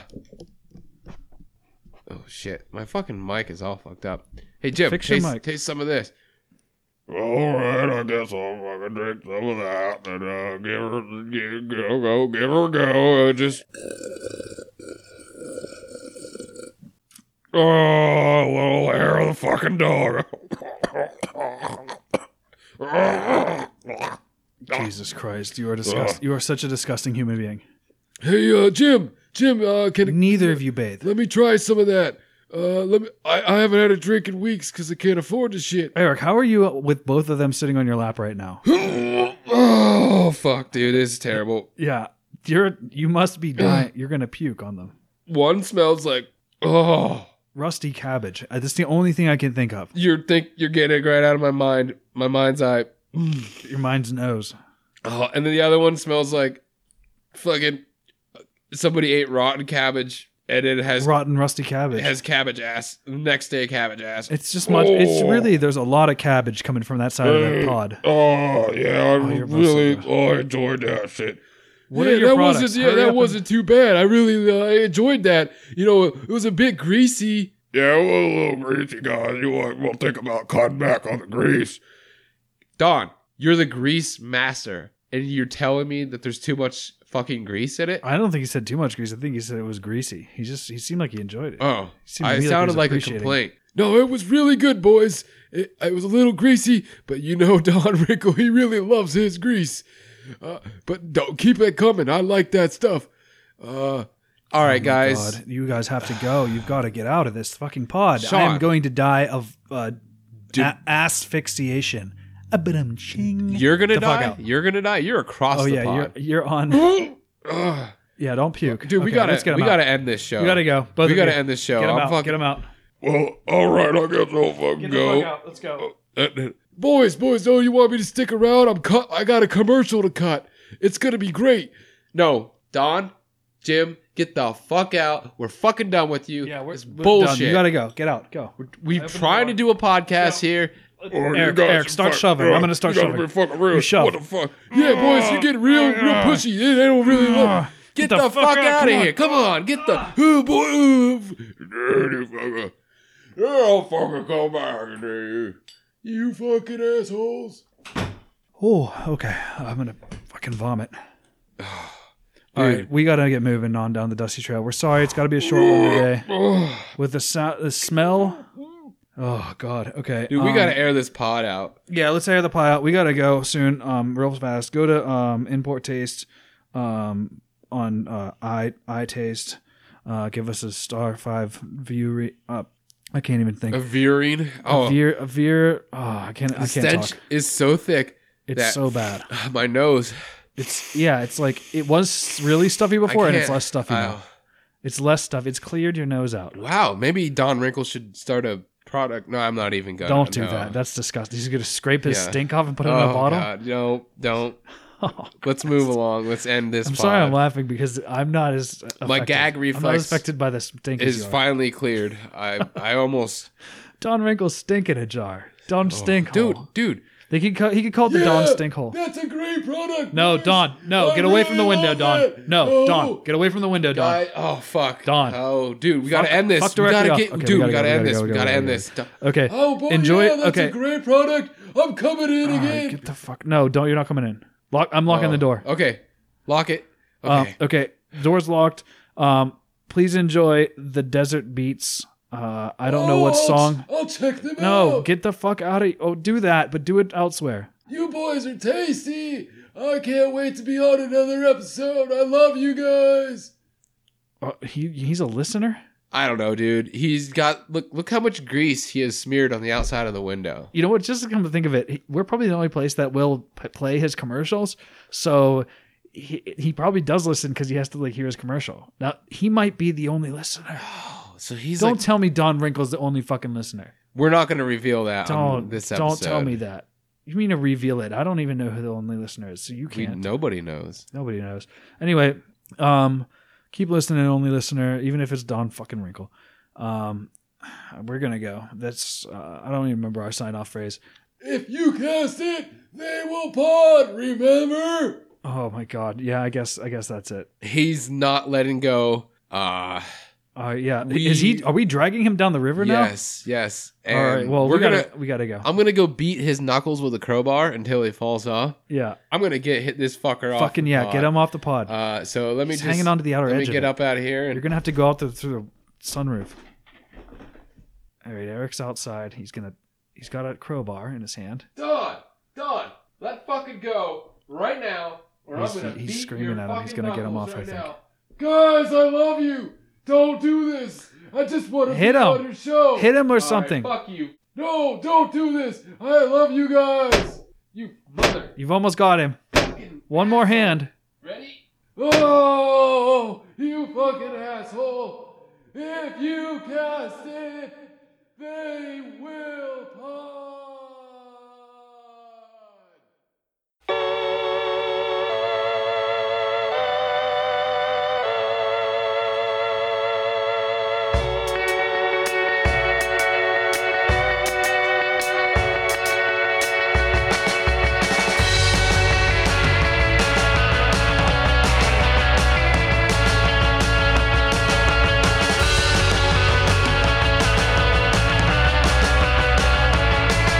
[SPEAKER 2] Oh shit! My fucking mic is all fucked up. Hey Jim,
[SPEAKER 5] Fix your
[SPEAKER 2] taste,
[SPEAKER 5] mic.
[SPEAKER 2] taste some of this.
[SPEAKER 11] All right, I guess I'll fucking drink some of that and uh, give her give, go go give her a go. Uh, just oh, little hair of the fucking dog.
[SPEAKER 5] Jesus Christ! You are disgust. You are such a disgusting human being.
[SPEAKER 6] Hey, uh, Jim, Jim, uh, can
[SPEAKER 5] Neither of you bathe.
[SPEAKER 6] let me try some of that? Uh, let me. I, I haven't had a drink in weeks because I can't afford this shit.
[SPEAKER 5] Eric, how are you with both of them sitting on your lap right now?
[SPEAKER 2] Oh fuck, dude, this is terrible.
[SPEAKER 5] Yeah, you're you must be dying. You're gonna puke on them.
[SPEAKER 2] One smells like oh.
[SPEAKER 5] Rusty cabbage. Uh, That's the only thing I can think of.
[SPEAKER 2] You're think you're getting it right out of my mind. My mind's eye.
[SPEAKER 5] Your mind's nose.
[SPEAKER 2] Oh, and then the other one smells like fucking somebody ate rotten cabbage and it has
[SPEAKER 5] Rotten rusty
[SPEAKER 2] it
[SPEAKER 5] cabbage.
[SPEAKER 2] has cabbage ass. Next day cabbage ass.
[SPEAKER 5] it's just much.
[SPEAKER 2] Oh.
[SPEAKER 5] It's really there's a lot of cabbage coming from that side of that pod.
[SPEAKER 11] Oh yeah, I
[SPEAKER 5] you're
[SPEAKER 11] really
[SPEAKER 5] busted.
[SPEAKER 11] oh, I enjoyed that shit.
[SPEAKER 5] What
[SPEAKER 6] yeah,
[SPEAKER 5] are your
[SPEAKER 6] that
[SPEAKER 5] products?
[SPEAKER 6] wasn't yeah,
[SPEAKER 5] Hurry up
[SPEAKER 6] that
[SPEAKER 5] and-
[SPEAKER 6] wasn't too bad. I really uh, I enjoyed that. You know, it was a bit greasy.
[SPEAKER 11] Yeah, well, a little greasy, guys. You want, we'll think about cutting back on the grease.
[SPEAKER 2] Don, you're the grease master, and you're telling me that there's too much fucking grease in it.
[SPEAKER 5] I don't think he said too much grease. I think he said it was greasy. He just he seemed like he enjoyed it.
[SPEAKER 2] Oh,
[SPEAKER 5] seemed
[SPEAKER 2] I
[SPEAKER 5] to me like he
[SPEAKER 2] sounded
[SPEAKER 5] was
[SPEAKER 2] like a
[SPEAKER 5] appreciating.
[SPEAKER 2] complaint.
[SPEAKER 6] No, it was really good, boys. It, it was a little greasy, but you know Don Rickle, he really loves his grease. Uh, but don't keep it coming. I like that stuff. Uh,
[SPEAKER 2] All
[SPEAKER 5] Oh
[SPEAKER 2] right,
[SPEAKER 5] my
[SPEAKER 2] guys.
[SPEAKER 5] God, you guys have to go. You've got to get out of this fucking pod. I am
[SPEAKER 2] Sean.
[SPEAKER 5] going to die of uh, a- asphyxiation. But I'm ching.
[SPEAKER 2] You're gonna
[SPEAKER 5] The fuck
[SPEAKER 2] die.
[SPEAKER 5] out.
[SPEAKER 2] You're gonna die. You're across
[SPEAKER 5] Oh
[SPEAKER 2] the
[SPEAKER 5] yeah,
[SPEAKER 2] pod.
[SPEAKER 5] you're you're on.
[SPEAKER 2] Ugh.
[SPEAKER 5] Yeah, don't puke,
[SPEAKER 2] Dude, we
[SPEAKER 5] Okay,
[SPEAKER 2] gotta
[SPEAKER 5] let's get him
[SPEAKER 2] we
[SPEAKER 5] out.
[SPEAKER 2] gotta end this show.
[SPEAKER 5] We gotta go. Both
[SPEAKER 2] we
[SPEAKER 5] of
[SPEAKER 2] gotta
[SPEAKER 5] you.
[SPEAKER 2] end this show.
[SPEAKER 5] Get him
[SPEAKER 2] I'm
[SPEAKER 5] out.
[SPEAKER 2] fucking-
[SPEAKER 5] Get him out.
[SPEAKER 11] Well, all right, I guess I'll fucking
[SPEAKER 5] Get
[SPEAKER 11] go.
[SPEAKER 5] the fuck out. Let's go.
[SPEAKER 6] Uh, boys, boys, oh, you want me to stick around? I'm cut. I got a commercial to cut. It's gonna be great.
[SPEAKER 2] No, Don, Jim, get the fuck out. We're fucking done with you.
[SPEAKER 5] Yeah, we're,
[SPEAKER 2] it's
[SPEAKER 5] we're
[SPEAKER 2] bullshit.
[SPEAKER 5] Done. You gotta go. Get out. Go.
[SPEAKER 2] We're trying to do a podcast here.
[SPEAKER 11] Oh, you
[SPEAKER 5] Eric,
[SPEAKER 11] guys
[SPEAKER 5] Eric,
[SPEAKER 11] are
[SPEAKER 5] start
[SPEAKER 11] fuck-
[SPEAKER 5] shoving.
[SPEAKER 11] oh,
[SPEAKER 5] I'm gonna start
[SPEAKER 11] you
[SPEAKER 5] shoving.
[SPEAKER 11] Gotta be fucking real.
[SPEAKER 5] You shove.
[SPEAKER 11] What the fuck?
[SPEAKER 6] Yeah, boys, you get real, real pushy. They they don't really love.
[SPEAKER 2] Get, the, fuck, out of here. Come on. Get the
[SPEAKER 6] Oh boy, oh,
[SPEAKER 11] Dirty fucker. Yeah, I'll fucking go back to
[SPEAKER 6] you fucking assholes.
[SPEAKER 5] Oh, okay. I'm gonna fucking vomit.
[SPEAKER 6] All right, we gotta get moving on down the dusty trail. We're sorry, it's gotta be a short one today. With the sound, the smell. Oh God. Okay,
[SPEAKER 2] Dude, we
[SPEAKER 6] um,
[SPEAKER 2] gotta air this pod out.
[SPEAKER 6] Yeah, let's air the pie out. We gotta go soon, um, real fast. Go to um, import taste, um, on uh, i i taste. Uh, give us a star five view. Re- uh, I can't even think.
[SPEAKER 2] A veering. Oh.
[SPEAKER 6] a veer. A veer. Oh, I can't. I
[SPEAKER 2] The
[SPEAKER 6] can't
[SPEAKER 2] stench
[SPEAKER 6] talk.
[SPEAKER 2] is so thick.
[SPEAKER 6] It's
[SPEAKER 2] that-
[SPEAKER 6] so bad.
[SPEAKER 2] My nose.
[SPEAKER 6] It's yeah. It's like it was really stuffy before, and it's
[SPEAKER 2] can't-
[SPEAKER 6] less stuffy now.
[SPEAKER 2] oh.
[SPEAKER 6] It's less stuff. It's cleared your nose out.
[SPEAKER 2] Wow, maybe Don Wrinkle should start a product. No, I'm not even gonna.
[SPEAKER 6] Don't do
[SPEAKER 2] no.
[SPEAKER 6] that. That's disgusting. He's gonna scrape his
[SPEAKER 2] Yeah.
[SPEAKER 6] stink off and put it in a
[SPEAKER 2] Oh,
[SPEAKER 6] bottle. Oh,
[SPEAKER 2] God, no, don't. Let's move along. Let's end this.
[SPEAKER 6] I'm sorry, I'm
[SPEAKER 2] pod.
[SPEAKER 6] laughing because I'm not as affected.
[SPEAKER 2] My
[SPEAKER 6] I'm
[SPEAKER 2] gag
[SPEAKER 6] not
[SPEAKER 2] reflex
[SPEAKER 6] affected by this stink. as
[SPEAKER 2] Is
[SPEAKER 6] you are.
[SPEAKER 2] finally cleared. I I almost
[SPEAKER 6] Don Wrinkle's stink in a jar. Don stink,
[SPEAKER 2] dude,
[SPEAKER 6] hole.
[SPEAKER 2] dude.
[SPEAKER 6] They could call, he could call it the Don
[SPEAKER 5] Yeah,
[SPEAKER 6] stink hole.
[SPEAKER 5] That's a great product.
[SPEAKER 6] No,
[SPEAKER 5] boys.
[SPEAKER 6] Don, no,
[SPEAKER 5] I
[SPEAKER 6] get away from the
[SPEAKER 5] really
[SPEAKER 6] window,
[SPEAKER 5] love
[SPEAKER 6] Don.
[SPEAKER 5] it.
[SPEAKER 6] No,
[SPEAKER 5] Oh,
[SPEAKER 6] Don, get away from the window, Don.
[SPEAKER 2] I, oh fuck,
[SPEAKER 6] Don.
[SPEAKER 2] Oh, dude, we gotta
[SPEAKER 6] Fuck-
[SPEAKER 2] end this.
[SPEAKER 6] fuck
[SPEAKER 2] We
[SPEAKER 6] directly
[SPEAKER 2] gotta
[SPEAKER 6] off.
[SPEAKER 2] get,
[SPEAKER 6] Okay,
[SPEAKER 2] dude.
[SPEAKER 6] we
[SPEAKER 2] We
[SPEAKER 6] gotta
[SPEAKER 2] gotta,
[SPEAKER 6] go, we gotta
[SPEAKER 2] end this.
[SPEAKER 6] go,
[SPEAKER 2] We
[SPEAKER 6] we
[SPEAKER 2] gotta
[SPEAKER 6] gotta
[SPEAKER 2] end
[SPEAKER 6] go.
[SPEAKER 2] this. Don-
[SPEAKER 6] Okay,
[SPEAKER 5] Oh boy,
[SPEAKER 6] enjoy
[SPEAKER 5] yeah,
[SPEAKER 6] it.
[SPEAKER 5] that's
[SPEAKER 6] Okay, Ah,
[SPEAKER 5] a great product. I'm coming in again.
[SPEAKER 6] get the fuck. No, don't. You're not coming in. Lock. I'm locking
[SPEAKER 2] Oh,
[SPEAKER 6] the door.
[SPEAKER 2] Okay, lock it.
[SPEAKER 6] Um,
[SPEAKER 2] Okay.
[SPEAKER 6] okay, door's locked. Um, please enjoy the desert beats. Uh, I don't know what
[SPEAKER 5] Oh, I'll-
[SPEAKER 6] song.
[SPEAKER 5] I'll, check them out.
[SPEAKER 6] No, get the fuck out of. Oh, do that, but do it elsewhere.
[SPEAKER 5] You boys are tasty. I can't wait to be on another episode. I love you guys.
[SPEAKER 6] Oh, he he's a listener.
[SPEAKER 2] I don't know, dude. He's got look. Look how much grease he has smeared on the outside of the window.
[SPEAKER 6] You know what? Just to come to think of it, he- we're probably the only place that will p- play his commercials. So he he probably does listen because he has to like hear his commercial. Now he might be the only listener.
[SPEAKER 2] So he's
[SPEAKER 6] don't
[SPEAKER 2] like,
[SPEAKER 6] tell me Don Wrinkle's the only fucking listener.
[SPEAKER 2] we're not gonna reveal that. on
[SPEAKER 6] Don't
[SPEAKER 2] Um, this episode.
[SPEAKER 6] don't tell me that. You mean to reveal it? I don't even know who the only listener is, so you
[SPEAKER 2] We,
[SPEAKER 6] can't.
[SPEAKER 2] nobody knows.
[SPEAKER 6] Nobody knows. Anyway, um, keep listening, only listener, even if it's Don fucking Wrinkle. Um, we're gonna go. That's uh, I don't even remember our sign off phrase.
[SPEAKER 5] If you cast it, they will pod. Remember?
[SPEAKER 6] Oh my god. Yeah, I guess I guess that's it.
[SPEAKER 2] He's not letting go. Uh
[SPEAKER 6] Uh, yeah.
[SPEAKER 2] We-
[SPEAKER 6] Is he? Are we dragging him down the river now?
[SPEAKER 2] yes, yes. And
[SPEAKER 6] All right. Well,
[SPEAKER 2] we're
[SPEAKER 6] we
[SPEAKER 2] gonna.
[SPEAKER 6] gotta we gotta go.
[SPEAKER 2] I'm gonna go beat his knuckles with a crowbar until he falls off.
[SPEAKER 6] yeah.
[SPEAKER 2] I'm gonna get hit this fucker off.
[SPEAKER 6] Fucking
[SPEAKER 2] the
[SPEAKER 6] yeah.
[SPEAKER 2] pod.
[SPEAKER 6] Get him off the pod.
[SPEAKER 2] Uh, so let me
[SPEAKER 6] He's
[SPEAKER 2] just
[SPEAKER 6] hanging onto the outer
[SPEAKER 2] let
[SPEAKER 6] edge
[SPEAKER 2] me
[SPEAKER 6] of it.
[SPEAKER 2] get up out of here.
[SPEAKER 6] You're
[SPEAKER 2] And
[SPEAKER 6] gonna have to go out the, through the sunroof. All right. Eric's outside. He's gonna. He's got a crowbar in his hand.
[SPEAKER 2] Don, Don, let fucking go right now, or
[SPEAKER 6] He's-
[SPEAKER 2] I'm gonna
[SPEAKER 6] he's
[SPEAKER 2] beat
[SPEAKER 6] screaming
[SPEAKER 2] your
[SPEAKER 6] at him. He's
[SPEAKER 2] fucking
[SPEAKER 6] gonna get him
[SPEAKER 2] knuckles
[SPEAKER 6] off, I
[SPEAKER 2] right
[SPEAKER 6] think.
[SPEAKER 2] now.
[SPEAKER 5] Guys, I love you. Don't do this. I just want to
[SPEAKER 6] Hit
[SPEAKER 5] be
[SPEAKER 6] him.
[SPEAKER 5] on your show.
[SPEAKER 6] Hit him or
[SPEAKER 5] Oh, All right,
[SPEAKER 6] something.
[SPEAKER 2] Fuck you,
[SPEAKER 5] No, don't do this. I love you guys.
[SPEAKER 2] you mother.
[SPEAKER 6] You've almost got him. One more hand.
[SPEAKER 2] Ready?
[SPEAKER 5] Oh, you fucking asshole. If you cast it, they will pod.
[SPEAKER 12] Thank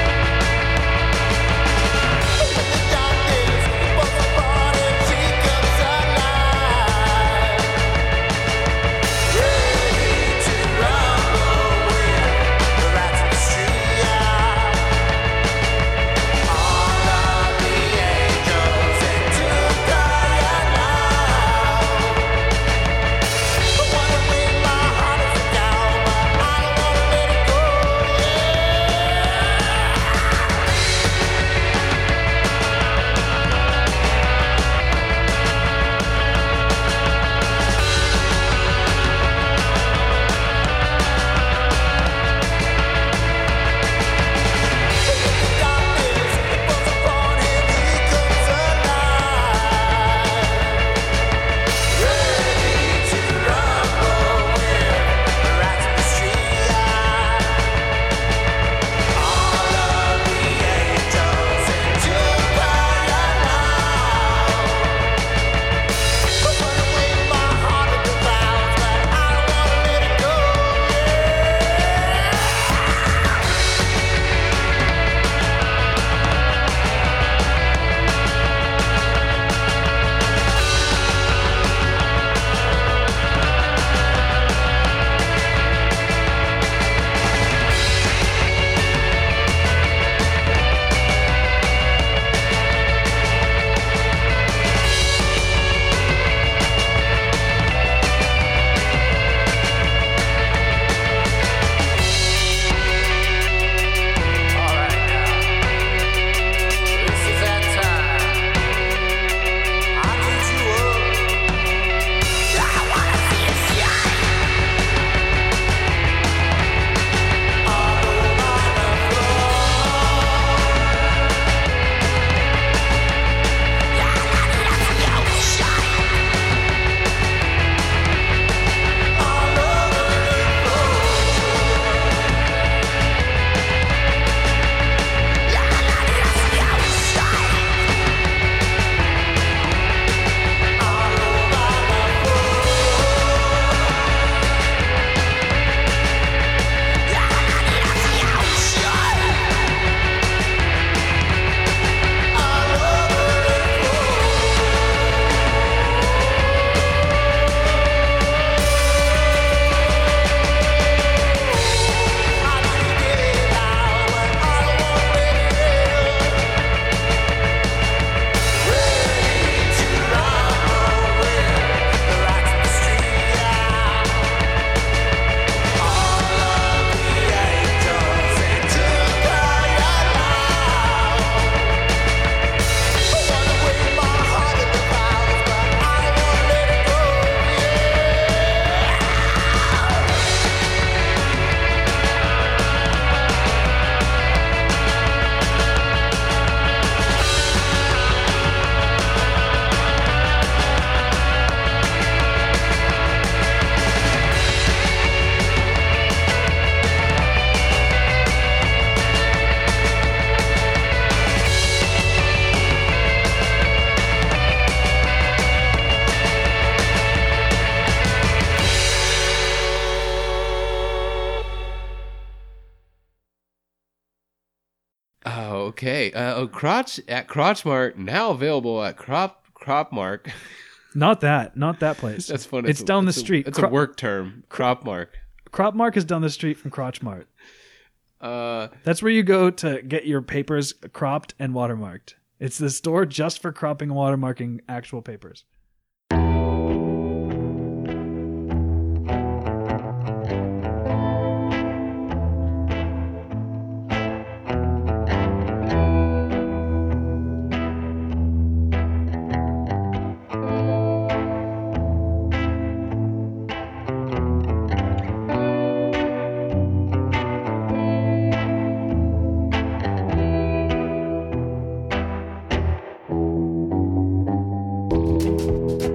[SPEAKER 2] Okay. Uh, oh, crotch at Crotch Mart now available at Crop Crop Mark.
[SPEAKER 5] Not that, not that place.
[SPEAKER 2] That's funny.
[SPEAKER 5] It's,
[SPEAKER 2] a-
[SPEAKER 5] down the
[SPEAKER 2] a-
[SPEAKER 5] street.
[SPEAKER 2] It's
[SPEAKER 5] Cro-
[SPEAKER 2] a work term. Crop Mark.
[SPEAKER 5] Crop Mark is down the street from Crotch Mart.
[SPEAKER 2] Uh,
[SPEAKER 5] That's where you go to get your papers cropped and watermarked. It's the store just for cropping and watermarking actual papers.
[SPEAKER 13] Thank you.